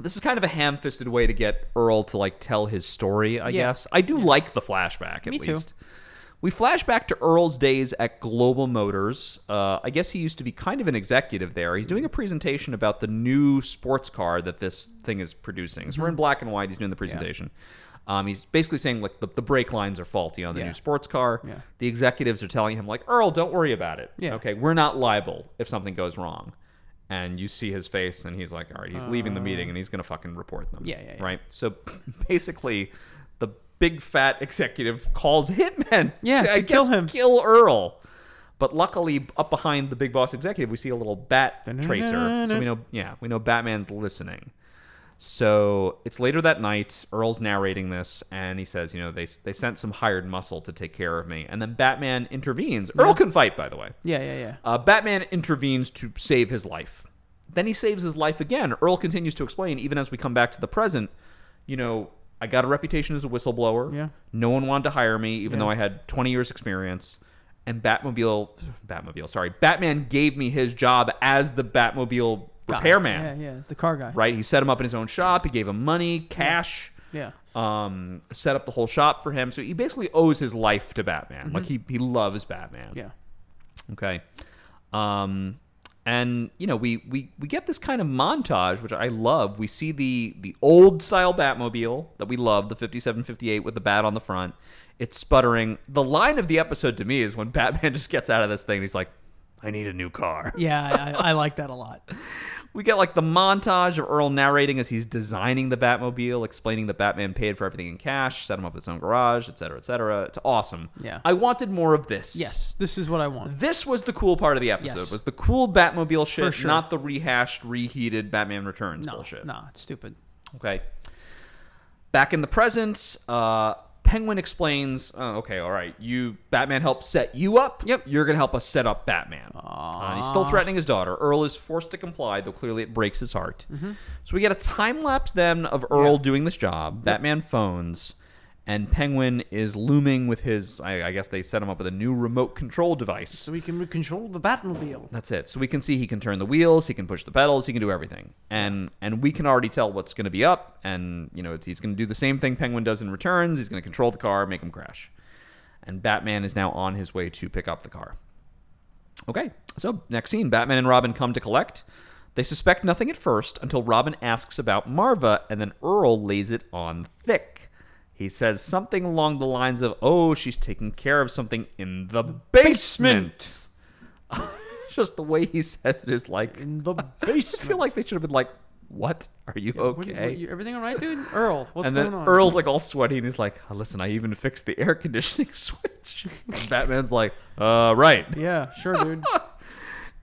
Speaker 1: this is kind of a ham-fisted way to get Earl to like tell his story. I
Speaker 2: Yeah.
Speaker 1: guess I do like the flashback at
Speaker 2: Me too.
Speaker 1: least. We flash back to Earl's days at Global Motors. Uh, I guess he used to be kind of an executive there. He's doing a presentation about the new sports car that this thing is producing. So we're
Speaker 2: Mm-hmm.
Speaker 1: in black and white. He's doing the presentation. Um, he's basically saying like the, the brake lines are faulty on the
Speaker 2: Yeah.
Speaker 1: new sports car.
Speaker 2: Yeah.
Speaker 1: The executives are telling him like Earl, don't worry about it.
Speaker 2: Yeah.
Speaker 1: Okay, we're not liable if something goes wrong. And you see his face, and he's like, all right, he's leaving the meeting, and he's gonna fucking report them.
Speaker 2: Uh. Yeah, yeah, yeah.
Speaker 1: Right. So basically, the big fat executive calls hitmen.
Speaker 2: Yeah,
Speaker 1: to, I
Speaker 2: to kill
Speaker 1: guess,
Speaker 2: him.
Speaker 1: Kill Earl. But luckily, up behind the big boss executive, we see a little bat tracer, so we know. Yeah, we know Batman's listening. So it's later that night. Earl's narrating this, and he says, "You know, they they sent some hired muscle to take care of me." And then Batman intervenes. Earl can fight, by the way.
Speaker 2: Yeah, yeah, yeah.
Speaker 1: Uh, Batman intervenes to save his life. Then he saves his life again. Earl continues to explain, even as we come back to the present, you know, I got a reputation as a whistleblower.
Speaker 2: Yeah.
Speaker 1: No one wanted to hire me, even
Speaker 2: Yeah.
Speaker 1: though I had 20 years' experience. And Batmobile, Batmobile, sorry, Batman gave me his job as the Batmobile repairman,
Speaker 2: Yeah, yeah, it's the car guy.
Speaker 1: right? He set him up in his own shop. He gave him money, cash
Speaker 2: Yeah.
Speaker 1: um, set up the whole shop for him. So he basically owes his life to Batman. Like he he loves Batman.
Speaker 2: Mm-hmm. Yeah.
Speaker 1: Okay. Um, and you know we we we get this kind of montage which I love. We see the the old style Batmobile that we love, the 5758 with the bat on the front. It's sputtering. The line of the episode to me is when Batman just gets out of this thing and he's like, "I need a new car."
Speaker 2: Yeah, I, I like that a lot.
Speaker 1: We get like the montage of Earl narrating as he's designing the Batmobile, explaining that Batman paid for everything in cash, set him up his own garage, etc., etc. It's awesome.
Speaker 2: Yeah.
Speaker 1: I wanted more of this.
Speaker 2: Yes, this is what I want.
Speaker 1: This was the cool part of the episode.
Speaker 2: Yes.
Speaker 1: Was the cool Batmobile
Speaker 2: For
Speaker 1: shit,
Speaker 2: sure.
Speaker 1: not the rehashed, reheated Batman Returns
Speaker 2: No,
Speaker 1: bullshit.
Speaker 2: no, it's stupid.
Speaker 1: Okay. Back in the present, uh, Penguin explains, oh, okay, all right, you Batman helped set you up. Yep. You're gonna help us set up Batman. Uh, and he's
Speaker 2: Ah.
Speaker 1: still threatening his daughter. Earl is forced to comply, though clearly it breaks his heart.
Speaker 2: Mm-hmm.
Speaker 1: So we get a time lapse then of Earl doing this job. Batman phones, and Penguin is looming with his. I, I guess they set him up with a new remote control device.
Speaker 2: So we can control the Batmobile.
Speaker 1: That's it. So we can see he can turn the wheels, he can push the pedals, he can do everything, and and we can already tell what's going to be up. And you know, it's, he's going to do the same thing Penguin does in Returns. He's going to control the car, make him crash. And Batman is now on his way to pick up the car. Okay, so next scene: Batman and Robin come to collect. They suspect nothing at first until Robin asks about Marva, and then Earl lays it on thick. He says something along the lines of, "Oh, she's taking care of something in the basement. just the way he says it is like
Speaker 2: In the
Speaker 1: I
Speaker 2: basement.
Speaker 1: feel like they should have been like, "What are you
Speaker 2: What- what-
Speaker 1: okay?"
Speaker 2: you- everything all right, dude? Earl, what's
Speaker 1: and then
Speaker 2: going on?
Speaker 1: Earl's like all sweaty and he's like, "Oh, "Listen, I even fixed the air conditioning switch." And Batman's like, "Uh, right."
Speaker 2: Yeah, sure, dude.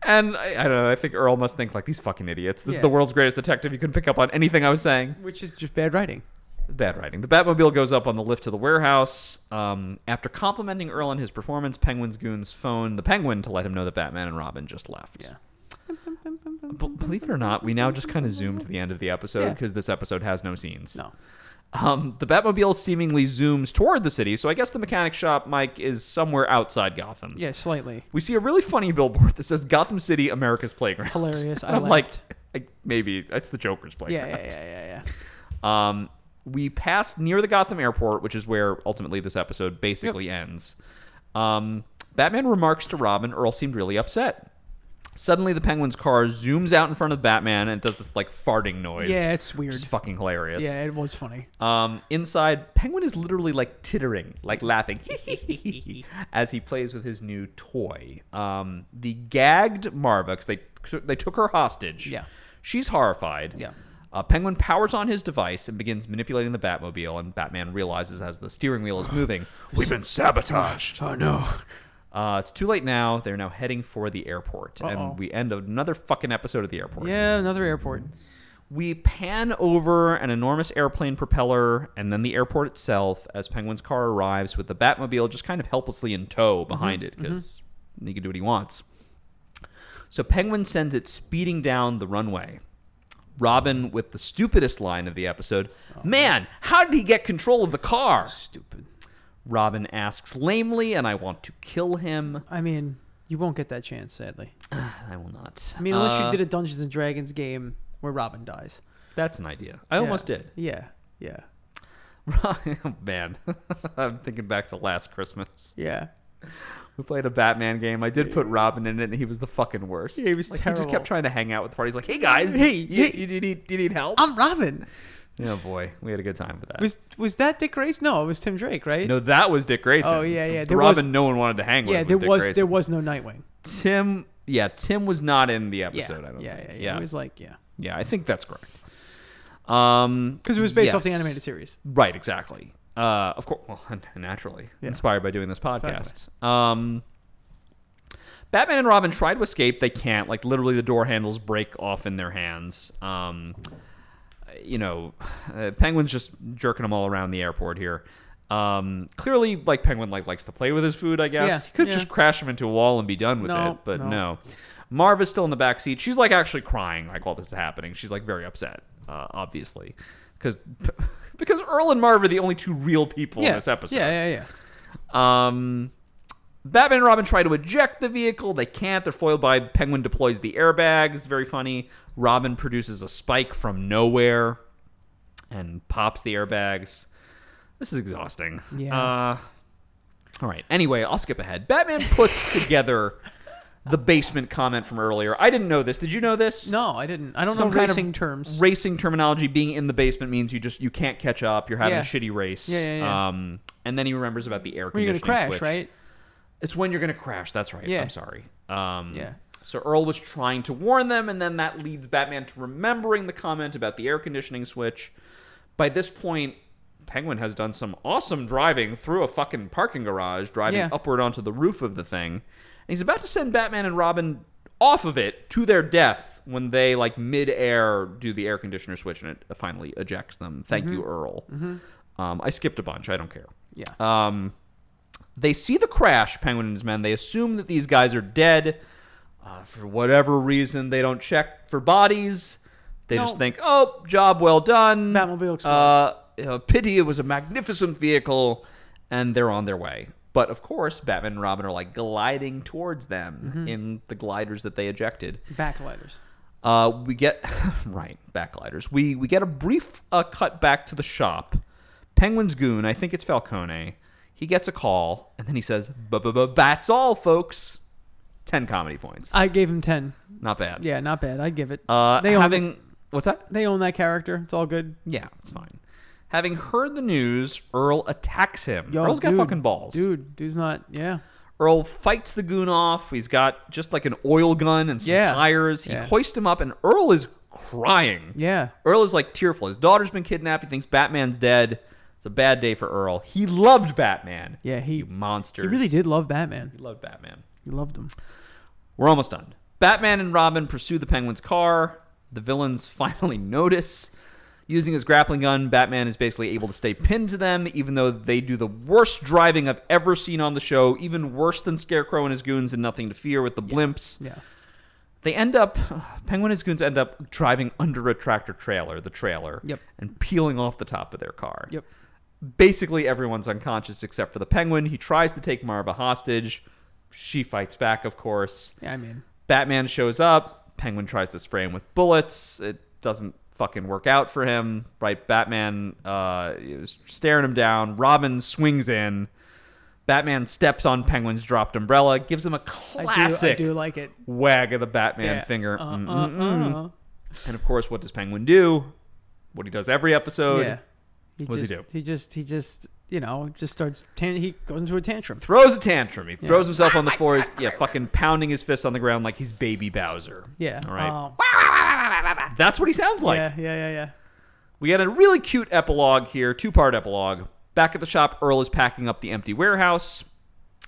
Speaker 1: And I, I don't know. I think Earl must think like these fucking idiots. This is
Speaker 2: Yeah.
Speaker 1: the world's greatest detective. You couldn't pick up on anything I was saying.
Speaker 2: Which is just bad writing.
Speaker 1: Bad writing. The Batmobile goes up on the lift to the warehouse. Um, after complimenting Earl on his performance, Penguin's goons phone the Penguin to let him know that Batman and Robin just left.
Speaker 2: Yeah.
Speaker 1: B- believe it or not, we now just kind of zoom to the end of the episode
Speaker 2: Yeah.
Speaker 1: because this episode has no scenes.
Speaker 2: No.
Speaker 1: Um, the Batmobile seemingly zooms toward the city, so I guess the mechanic shop, Mike, is somewhere outside Gotham.
Speaker 2: Yeah, slightly.
Speaker 1: We see a really funny billboard that says Gotham City, America's Playground.
Speaker 2: Hilarious.
Speaker 1: And
Speaker 2: I
Speaker 1: I'm
Speaker 2: laughed.
Speaker 1: like, I, maybe that's the Joker's playground.
Speaker 2: Yeah, yeah, yeah, yeah, yeah.
Speaker 1: Um, we pass near the Gotham airport, which is where ultimately this episode basically ends. Um, Batman remarks to Robin, Earl seemed really upset. Suddenly, the Penguin's car zooms out in front of Batman and does this like farting noise.
Speaker 2: Yeah, it's
Speaker 1: which
Speaker 2: weird.
Speaker 1: is fucking hilarious.
Speaker 2: Yeah, it was funny.
Speaker 1: Um, inside, Penguin is literally like tittering, like laughing, as he plays with his new toy. Um, the gagged Marva, because they they took her hostage.
Speaker 2: Yeah.
Speaker 1: she's horrified.
Speaker 2: Yeah.
Speaker 1: Uh, Penguin powers on his device and begins manipulating the Batmobile, and Batman realizes as the steering wheel is moving, we've been sabotaged.
Speaker 2: Oh no.
Speaker 1: Uh, it's too late now. They're now heading for the airport,
Speaker 2: Uh-oh.
Speaker 1: and we end another fucking episode of the airport.
Speaker 2: Yeah, another airport.
Speaker 1: We pan over an enormous airplane propeller and then the airport itself as Penguin's car arrives with the Batmobile just kind of helplessly in tow
Speaker 2: Mm-hmm,
Speaker 1: behind it 'cause it because he can do what he wants. So Penguin sends it speeding down the runway. Robin with the stupidest line of the episode
Speaker 2: Oh,
Speaker 1: Man, how did he get control of the car?
Speaker 2: Stupid.
Speaker 1: Robin asks lamely, and I want to kill him.
Speaker 2: I mean, you won't get that chance, sadly.
Speaker 1: I will not. Uh,
Speaker 2: I mean, unless you did a Dungeons and Dragons game where Robin dies.
Speaker 1: That's an idea. I
Speaker 2: Yeah.
Speaker 1: almost did. Oh,
Speaker 2: Yeah, yeah,
Speaker 1: Man, I'm thinking back to last Christmas.
Speaker 2: yeah.
Speaker 1: We played a Batman game. I did put Robin in it, and he was the fucking worst.
Speaker 2: Yeah, he was
Speaker 1: like, He just
Speaker 2: terrible.
Speaker 1: kept trying to hang out with the party. He's like, "Hey guys,
Speaker 2: Hey,
Speaker 1: you,
Speaker 2: hey.
Speaker 1: you, you need you need help?"
Speaker 2: I'm Robin.
Speaker 1: oh boy, we had a good time with that.
Speaker 2: Was was that Dick Grayson? No, it was Tim Drake, right?
Speaker 1: no, that was Dick Grayson.
Speaker 2: Oh, yeah, yeah.
Speaker 1: The
Speaker 2: There was-
Speaker 1: Robin, no one wanted to hang with.
Speaker 2: yeah,
Speaker 1: was
Speaker 2: there
Speaker 1: Dick
Speaker 2: was
Speaker 1: Grayson.
Speaker 2: there was no Nightwing.
Speaker 1: Tim. Yeah, Tim was not in the
Speaker 2: Yeah,
Speaker 1: episode. I don't
Speaker 2: yeah,
Speaker 1: think.
Speaker 2: yeah,
Speaker 1: Yeah,
Speaker 2: yeah. It was like yeah,
Speaker 1: Yeah, I think that's correct. Um,
Speaker 2: because it was based off the
Speaker 1: yes.
Speaker 2: animated series.
Speaker 1: Right, exactly. Uh, of course, well, naturally
Speaker 2: Yeah.
Speaker 1: inspired by doing this podcast. Um, Batman and Robin try to escape. They can't. Like literally, the door handles break off in their hands. Um, you know, uh, Penguin's just jerking them all around the airport here. Um, clearly, like Penguin like likes to play with his food. I guess
Speaker 2: Yeah,
Speaker 1: he could
Speaker 2: yeah.
Speaker 1: just crash him into a wall and be done with
Speaker 2: No,
Speaker 1: it, but
Speaker 2: no.
Speaker 1: no. Marv is still in the back seat. She's like actually crying, like while this is happening. She's like very upset, uh, obviously, because because Earl and Marv are the only two real people in this episode.
Speaker 2: Yeah, yeah, yeah.
Speaker 1: Um, Batman and Robin try to eject the vehicle. They can't. They're foiled by Penguin deploys the airbags. Very funny. Robin produces a spike from nowhere and pops the airbags. This is exhausting.
Speaker 2: Yeah.
Speaker 1: Uh, all right. Anyway, I'll skip ahead. Batman puts together the basement comment from earlier. I didn't know this. Did you know this?
Speaker 2: No, I didn't. I don't
Speaker 1: Some
Speaker 2: know
Speaker 1: kind of
Speaker 2: racing terms.
Speaker 1: racing terminology being in the basement means you just you can't catch up you're having
Speaker 2: Yeah.
Speaker 1: a shitty race
Speaker 2: Yeah, yeah, yeah.
Speaker 1: um and then he remembers about the air
Speaker 2: When you're
Speaker 1: conditioning
Speaker 2: gonna crash,
Speaker 1: switch.
Speaker 2: right?
Speaker 1: it's when you're gonna crash that's right
Speaker 2: Yeah.
Speaker 1: i'm sorry um
Speaker 2: Yeah.
Speaker 1: so earl was trying to warn them and then that leads batman to remembering the comment about the air conditioning switch by this point penguin has done some awesome driving through a fucking parking garage driving
Speaker 2: Yeah.
Speaker 1: upward onto the roof of the thing and he's about to send batman and robin off of it to their death when they like mid-air do the air conditioner switch and it finally ejects them thank
Speaker 2: Mm-hmm.
Speaker 1: you earl um, i skipped a bunch i don't care
Speaker 2: Yeah.
Speaker 1: um, they see the crash, Penguin and his men. They assume that these guys are dead. Uh, for whatever reason, they don't check for bodies. They
Speaker 2: No.
Speaker 1: just think, oh, job well done.
Speaker 2: Batmobile explodes.
Speaker 1: Uh, uh, pity it was a magnificent vehicle, and they're on their way. But of course, Batman and Robin are like gliding towards them
Speaker 2: Mm-hmm.
Speaker 1: in the gliders that they ejected.
Speaker 2: Backlighters.
Speaker 1: Uh, we get right backlighters. We we get a brief uh, cut back to the shop. Penguin's goon, I think it's Falcone. He gets a call and then he says, "That's all, folks." Ten comedy points.
Speaker 2: I gave him ten.
Speaker 1: Not bad.
Speaker 2: Yeah, not bad. I'd give it.
Speaker 1: Uh,
Speaker 2: They own
Speaker 1: having what's that?
Speaker 2: they own that character. It's all good.
Speaker 1: Yeah, it's fine. Having heard the news, Earl attacks him.
Speaker 2: Yo,
Speaker 1: Earl's got
Speaker 2: dude,
Speaker 1: fucking balls.
Speaker 2: Dude, dude's not. Yeah.
Speaker 1: Earl fights the goon off. He's got just like an oil gun and some
Speaker 2: Yeah.
Speaker 1: tires. He
Speaker 2: Yeah.
Speaker 1: hoists him up, and Earl is crying.
Speaker 2: Yeah.
Speaker 1: Earl is like tearful. His daughter's been kidnapped. He thinks Batman's dead. It's a bad day for Earl. He loved Batman.
Speaker 2: Yeah, he-
Speaker 1: you monsters.
Speaker 2: He really did love Batman.
Speaker 1: He loved Batman.
Speaker 2: He loved him.
Speaker 1: We're almost done. Batman and Robin pursue the Penguin's car. The villains finally notice. Using his grappling gun, Batman is basically able to stay pinned to them, even though they do the worst driving I've ever seen on the show, even worse than Scarecrow and his goons and Nothing to Fear with the blimps.
Speaker 2: Yeah.
Speaker 1: They end up, Penguin and his goons end up driving under a tractor trailer, the trailer,
Speaker 2: Yep.
Speaker 1: and peeling off the top of their car.
Speaker 2: Yep.
Speaker 1: Basically, everyone's unconscious except for the Penguin. He tries to take Marva hostage. She fights back, of course.
Speaker 2: Yeah, I mean,
Speaker 1: Batman shows up. Penguin tries to spray him with bullets. It doesn't fucking work out for him, right? Batman uh, is staring him down. Robin swings in. Batman steps on Penguin's dropped umbrella, gives him a
Speaker 2: I do, I
Speaker 1: classic
Speaker 2: do like it.
Speaker 1: wag of the Batman
Speaker 2: Yeah.
Speaker 1: finger.
Speaker 2: Uh,
Speaker 1: Mm,
Speaker 2: uh,
Speaker 1: mm, mm.
Speaker 2: uh.
Speaker 1: And of course, what does Penguin do? What he does every episode
Speaker 2: Yeah. He
Speaker 1: What does he
Speaker 2: just,
Speaker 1: do?
Speaker 2: He just, he just, you know, just starts. Tan- he goes into a tantrum.
Speaker 1: throws a tantrum. He throws himself on the floor. He's yeah, fucking pounding his fist on the ground like he's baby Bowser.
Speaker 2: Yeah. Oh.
Speaker 1: All right.
Speaker 2: Um,
Speaker 1: That's what he sounds like.
Speaker 2: yeah, yeah, yeah, yeah.
Speaker 1: We got a really cute epilogue here, two part epilogue. Back at the shop, Earl is packing up the empty warehouse.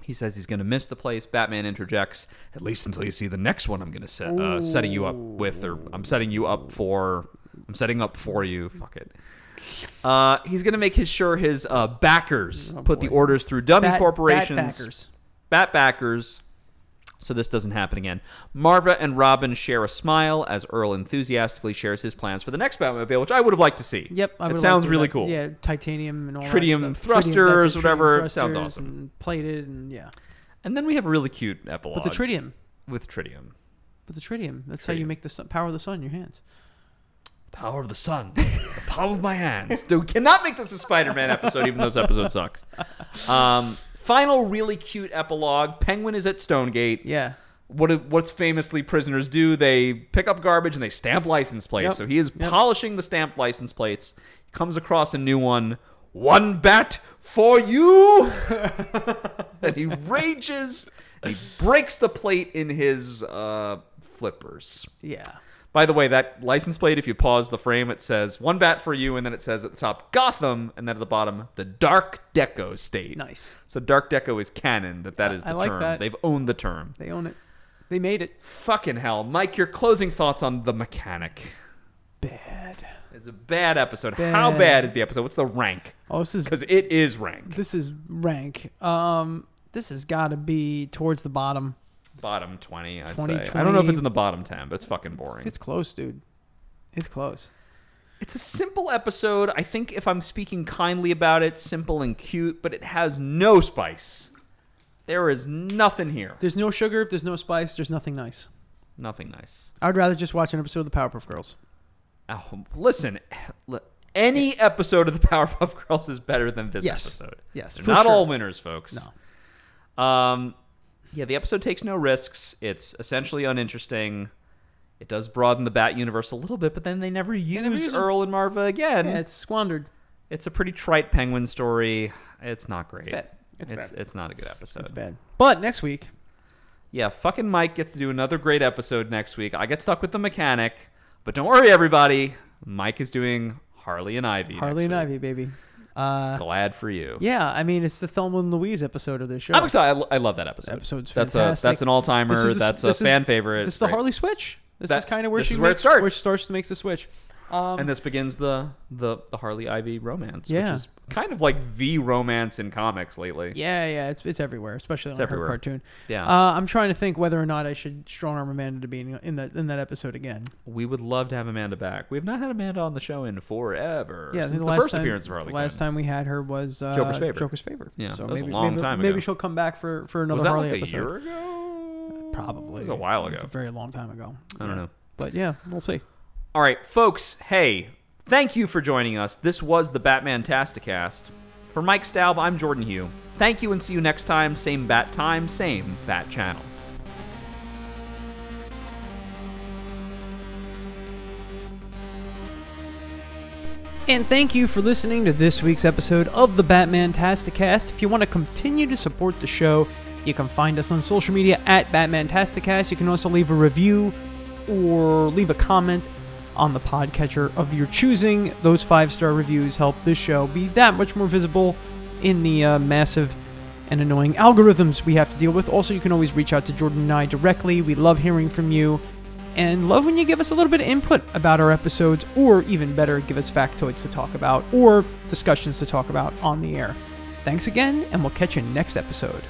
Speaker 1: He says he's going to miss the place. Batman interjects, at least until you see the next one I'm going to set, uh, setting you up with, or I'm setting you up for, I'm setting up for you. Fuck it. Uh, he's going to make his sure his uh, backers put the orders through dummy
Speaker 2: Oh, Bat-
Speaker 1: corporations
Speaker 2: Batbackers.
Speaker 1: bat backers. So this doesn't happen again. Marva and Robin share a smile as Earl enthusiastically shares his plans for the next Batmobile, which I would have liked to see.
Speaker 2: Yep, I
Speaker 1: it
Speaker 2: would
Speaker 1: sounds
Speaker 2: like to do
Speaker 1: really
Speaker 2: that.
Speaker 1: cool.
Speaker 2: Yeah, titanium and all
Speaker 1: Tritium
Speaker 2: that stuff.
Speaker 1: thrusters,
Speaker 2: that's it,
Speaker 1: whatever,
Speaker 2: Tritium
Speaker 1: sounds
Speaker 2: thrusters
Speaker 1: awesome.
Speaker 2: And plated and yeah,
Speaker 1: And then we have a really cute epilogue
Speaker 2: but the tritium,
Speaker 1: with tritium.
Speaker 2: but the tritium. That's how you
Speaker 1: Tritium.
Speaker 2: make the sun, power of the sun in your hands.
Speaker 1: Power of the sun, the palm of my hands. Dude, cannot make this a Spider-Man episode, even though this episode sucks. Um, final really cute epilogue. Penguin is at Stonegate.
Speaker 2: Yeah,
Speaker 1: what do- what's famously prisoners do they pick up garbage and they stamp license plates
Speaker 2: Yep.
Speaker 1: so he is
Speaker 2: Yep.
Speaker 1: polishing the stamped license plates he comes across a new one one bat for you and he rages and he breaks the plate in his uh, flippers
Speaker 2: yeah.
Speaker 1: by the way that license plate if you pause the frame it says one bat for you and then it says at the top gotham and then at the bottom the dark deco state
Speaker 2: Nice.
Speaker 1: so dark deco is canon that that is the
Speaker 2: I like
Speaker 1: term
Speaker 2: that.
Speaker 1: they've owned the term
Speaker 2: They own it. They made it
Speaker 1: Fucking hell, Mike! Your closing thoughts on the mechanic?
Speaker 2: bad.
Speaker 1: It's a bad episode.
Speaker 2: Bad.
Speaker 1: How bad is the episode? What's the rank?
Speaker 2: Oh, this is
Speaker 1: Because it is rank.
Speaker 2: this is rank. Um, this has got to be towards the bottom.
Speaker 1: bottom 20, I'd
Speaker 2: 20,
Speaker 1: say. I don't know if
Speaker 2: 20.
Speaker 1: it's in the bottom 10, but it's fucking boring.
Speaker 2: It's, it's close, dude. It's close.
Speaker 1: It's a simple episode. I think if I'm speaking kindly about it, simple and cute, but it has no spice. There is nothing here.
Speaker 2: There's no sugar. If there's no spice, there's nothing nice.
Speaker 1: Nothing nice.
Speaker 2: I would rather just watch an episode of the Powerpuff Girls.
Speaker 1: Oh, listen, l- any episode of the Powerpuff Girls is better than this
Speaker 2: Yes.
Speaker 1: episode.
Speaker 2: Yes,
Speaker 1: They're
Speaker 2: for
Speaker 1: not
Speaker 2: sure.
Speaker 1: all winners, folks.
Speaker 2: No.
Speaker 1: Um, yeah, the episode takes no risks. It's essentially uninteresting. It does broaden the Bat universe a little bit, but then they never use
Speaker 2: use 'em.
Speaker 1: Earl and Marva again.
Speaker 2: Yeah,
Speaker 1: it's,
Speaker 2: it's squandered.
Speaker 1: a pretty trite penguin story. It's not great.
Speaker 2: It's bad. It's
Speaker 1: it's,
Speaker 2: bad.
Speaker 1: it's not a good episode.
Speaker 2: It's bad. But next week,
Speaker 1: Yeah, fucking Mike gets to do another great episode next week. I get stuck with the mechanic, but don't worry, everybody. Mike is doing Harley and Ivy.
Speaker 2: Harley
Speaker 1: next
Speaker 2: and
Speaker 1: week.
Speaker 2: Ivy, baby. Uh,
Speaker 1: Glad for you.
Speaker 2: yeah, I mean, it's the Thelma and Louise episode of this show.
Speaker 1: I'm excited. I lo- I love that episode.
Speaker 2: Episode's
Speaker 1: that's
Speaker 2: fantastic.
Speaker 1: a that's an all timer.
Speaker 2: This is the-
Speaker 1: That's a
Speaker 2: this is-
Speaker 1: fan favorite.
Speaker 2: This
Speaker 1: It's
Speaker 2: is the
Speaker 1: great.
Speaker 2: Harley switch. This
Speaker 1: That-
Speaker 2: is kind of where
Speaker 1: this
Speaker 2: she
Speaker 1: is where it
Speaker 2: makes-
Speaker 1: starts.
Speaker 2: Where she starts to makes the switch. Um,
Speaker 1: and this begins the the the Harley Ivy romance,
Speaker 2: Yeah.
Speaker 1: which is kind of like the romance in comics lately.
Speaker 2: yeah, yeah, it's it's everywhere, especially
Speaker 1: It's
Speaker 2: on
Speaker 1: everywhere.
Speaker 2: her cartoon.
Speaker 1: Yeah.
Speaker 2: Uh, I'm trying to think whether or not I should strong arm Amanda to be in, in that in that episode again.
Speaker 1: We would love to have Amanda back. We have not had Amanda on the show in forever.
Speaker 2: Yeah, I think
Speaker 1: since the,
Speaker 2: last
Speaker 1: first
Speaker 2: time,
Speaker 1: appearance of Harley.
Speaker 2: The last
Speaker 1: Quinn.
Speaker 2: time we had her was uh,
Speaker 1: Joker's Favor.
Speaker 2: Joker's favor.
Speaker 1: Yeah,
Speaker 2: so
Speaker 1: that was a
Speaker 2: maybe,
Speaker 1: long
Speaker 2: maybe,
Speaker 1: time
Speaker 2: maybe
Speaker 1: ago.
Speaker 2: she'll come back for for another
Speaker 1: was that
Speaker 2: Harley
Speaker 1: like a
Speaker 2: episode.
Speaker 1: year ago?
Speaker 2: Probably.
Speaker 1: It was a while ago.
Speaker 2: It's a very long time ago.
Speaker 1: I don't know.
Speaker 2: But yeah, we'll see.
Speaker 1: All right, folks, hey, thank you for joining us. This was the Batman Tasticast. For Mike Staub, I'm Jordan Hugh. Thank you and see you next time. Same bat time, same bat channel.
Speaker 2: And thank you for listening to this week's episode of the Batman Tasticast. If you want to continue to support the show, you can find us on social media at Batman Tasticast. You can also leave a review or leave a comment on the podcatcher of your choosing. Those five star reviews help this show be that much more visible in the uh, massive and annoying algorithms we have to deal with. Also, you can always reach out to Jordan and I directly. We love hearing from you and love when you give us a little bit of input about our episodes, or even better, give us factoids to talk about or discussions to talk about on the air. Thanks again, and we'll catch you next episode.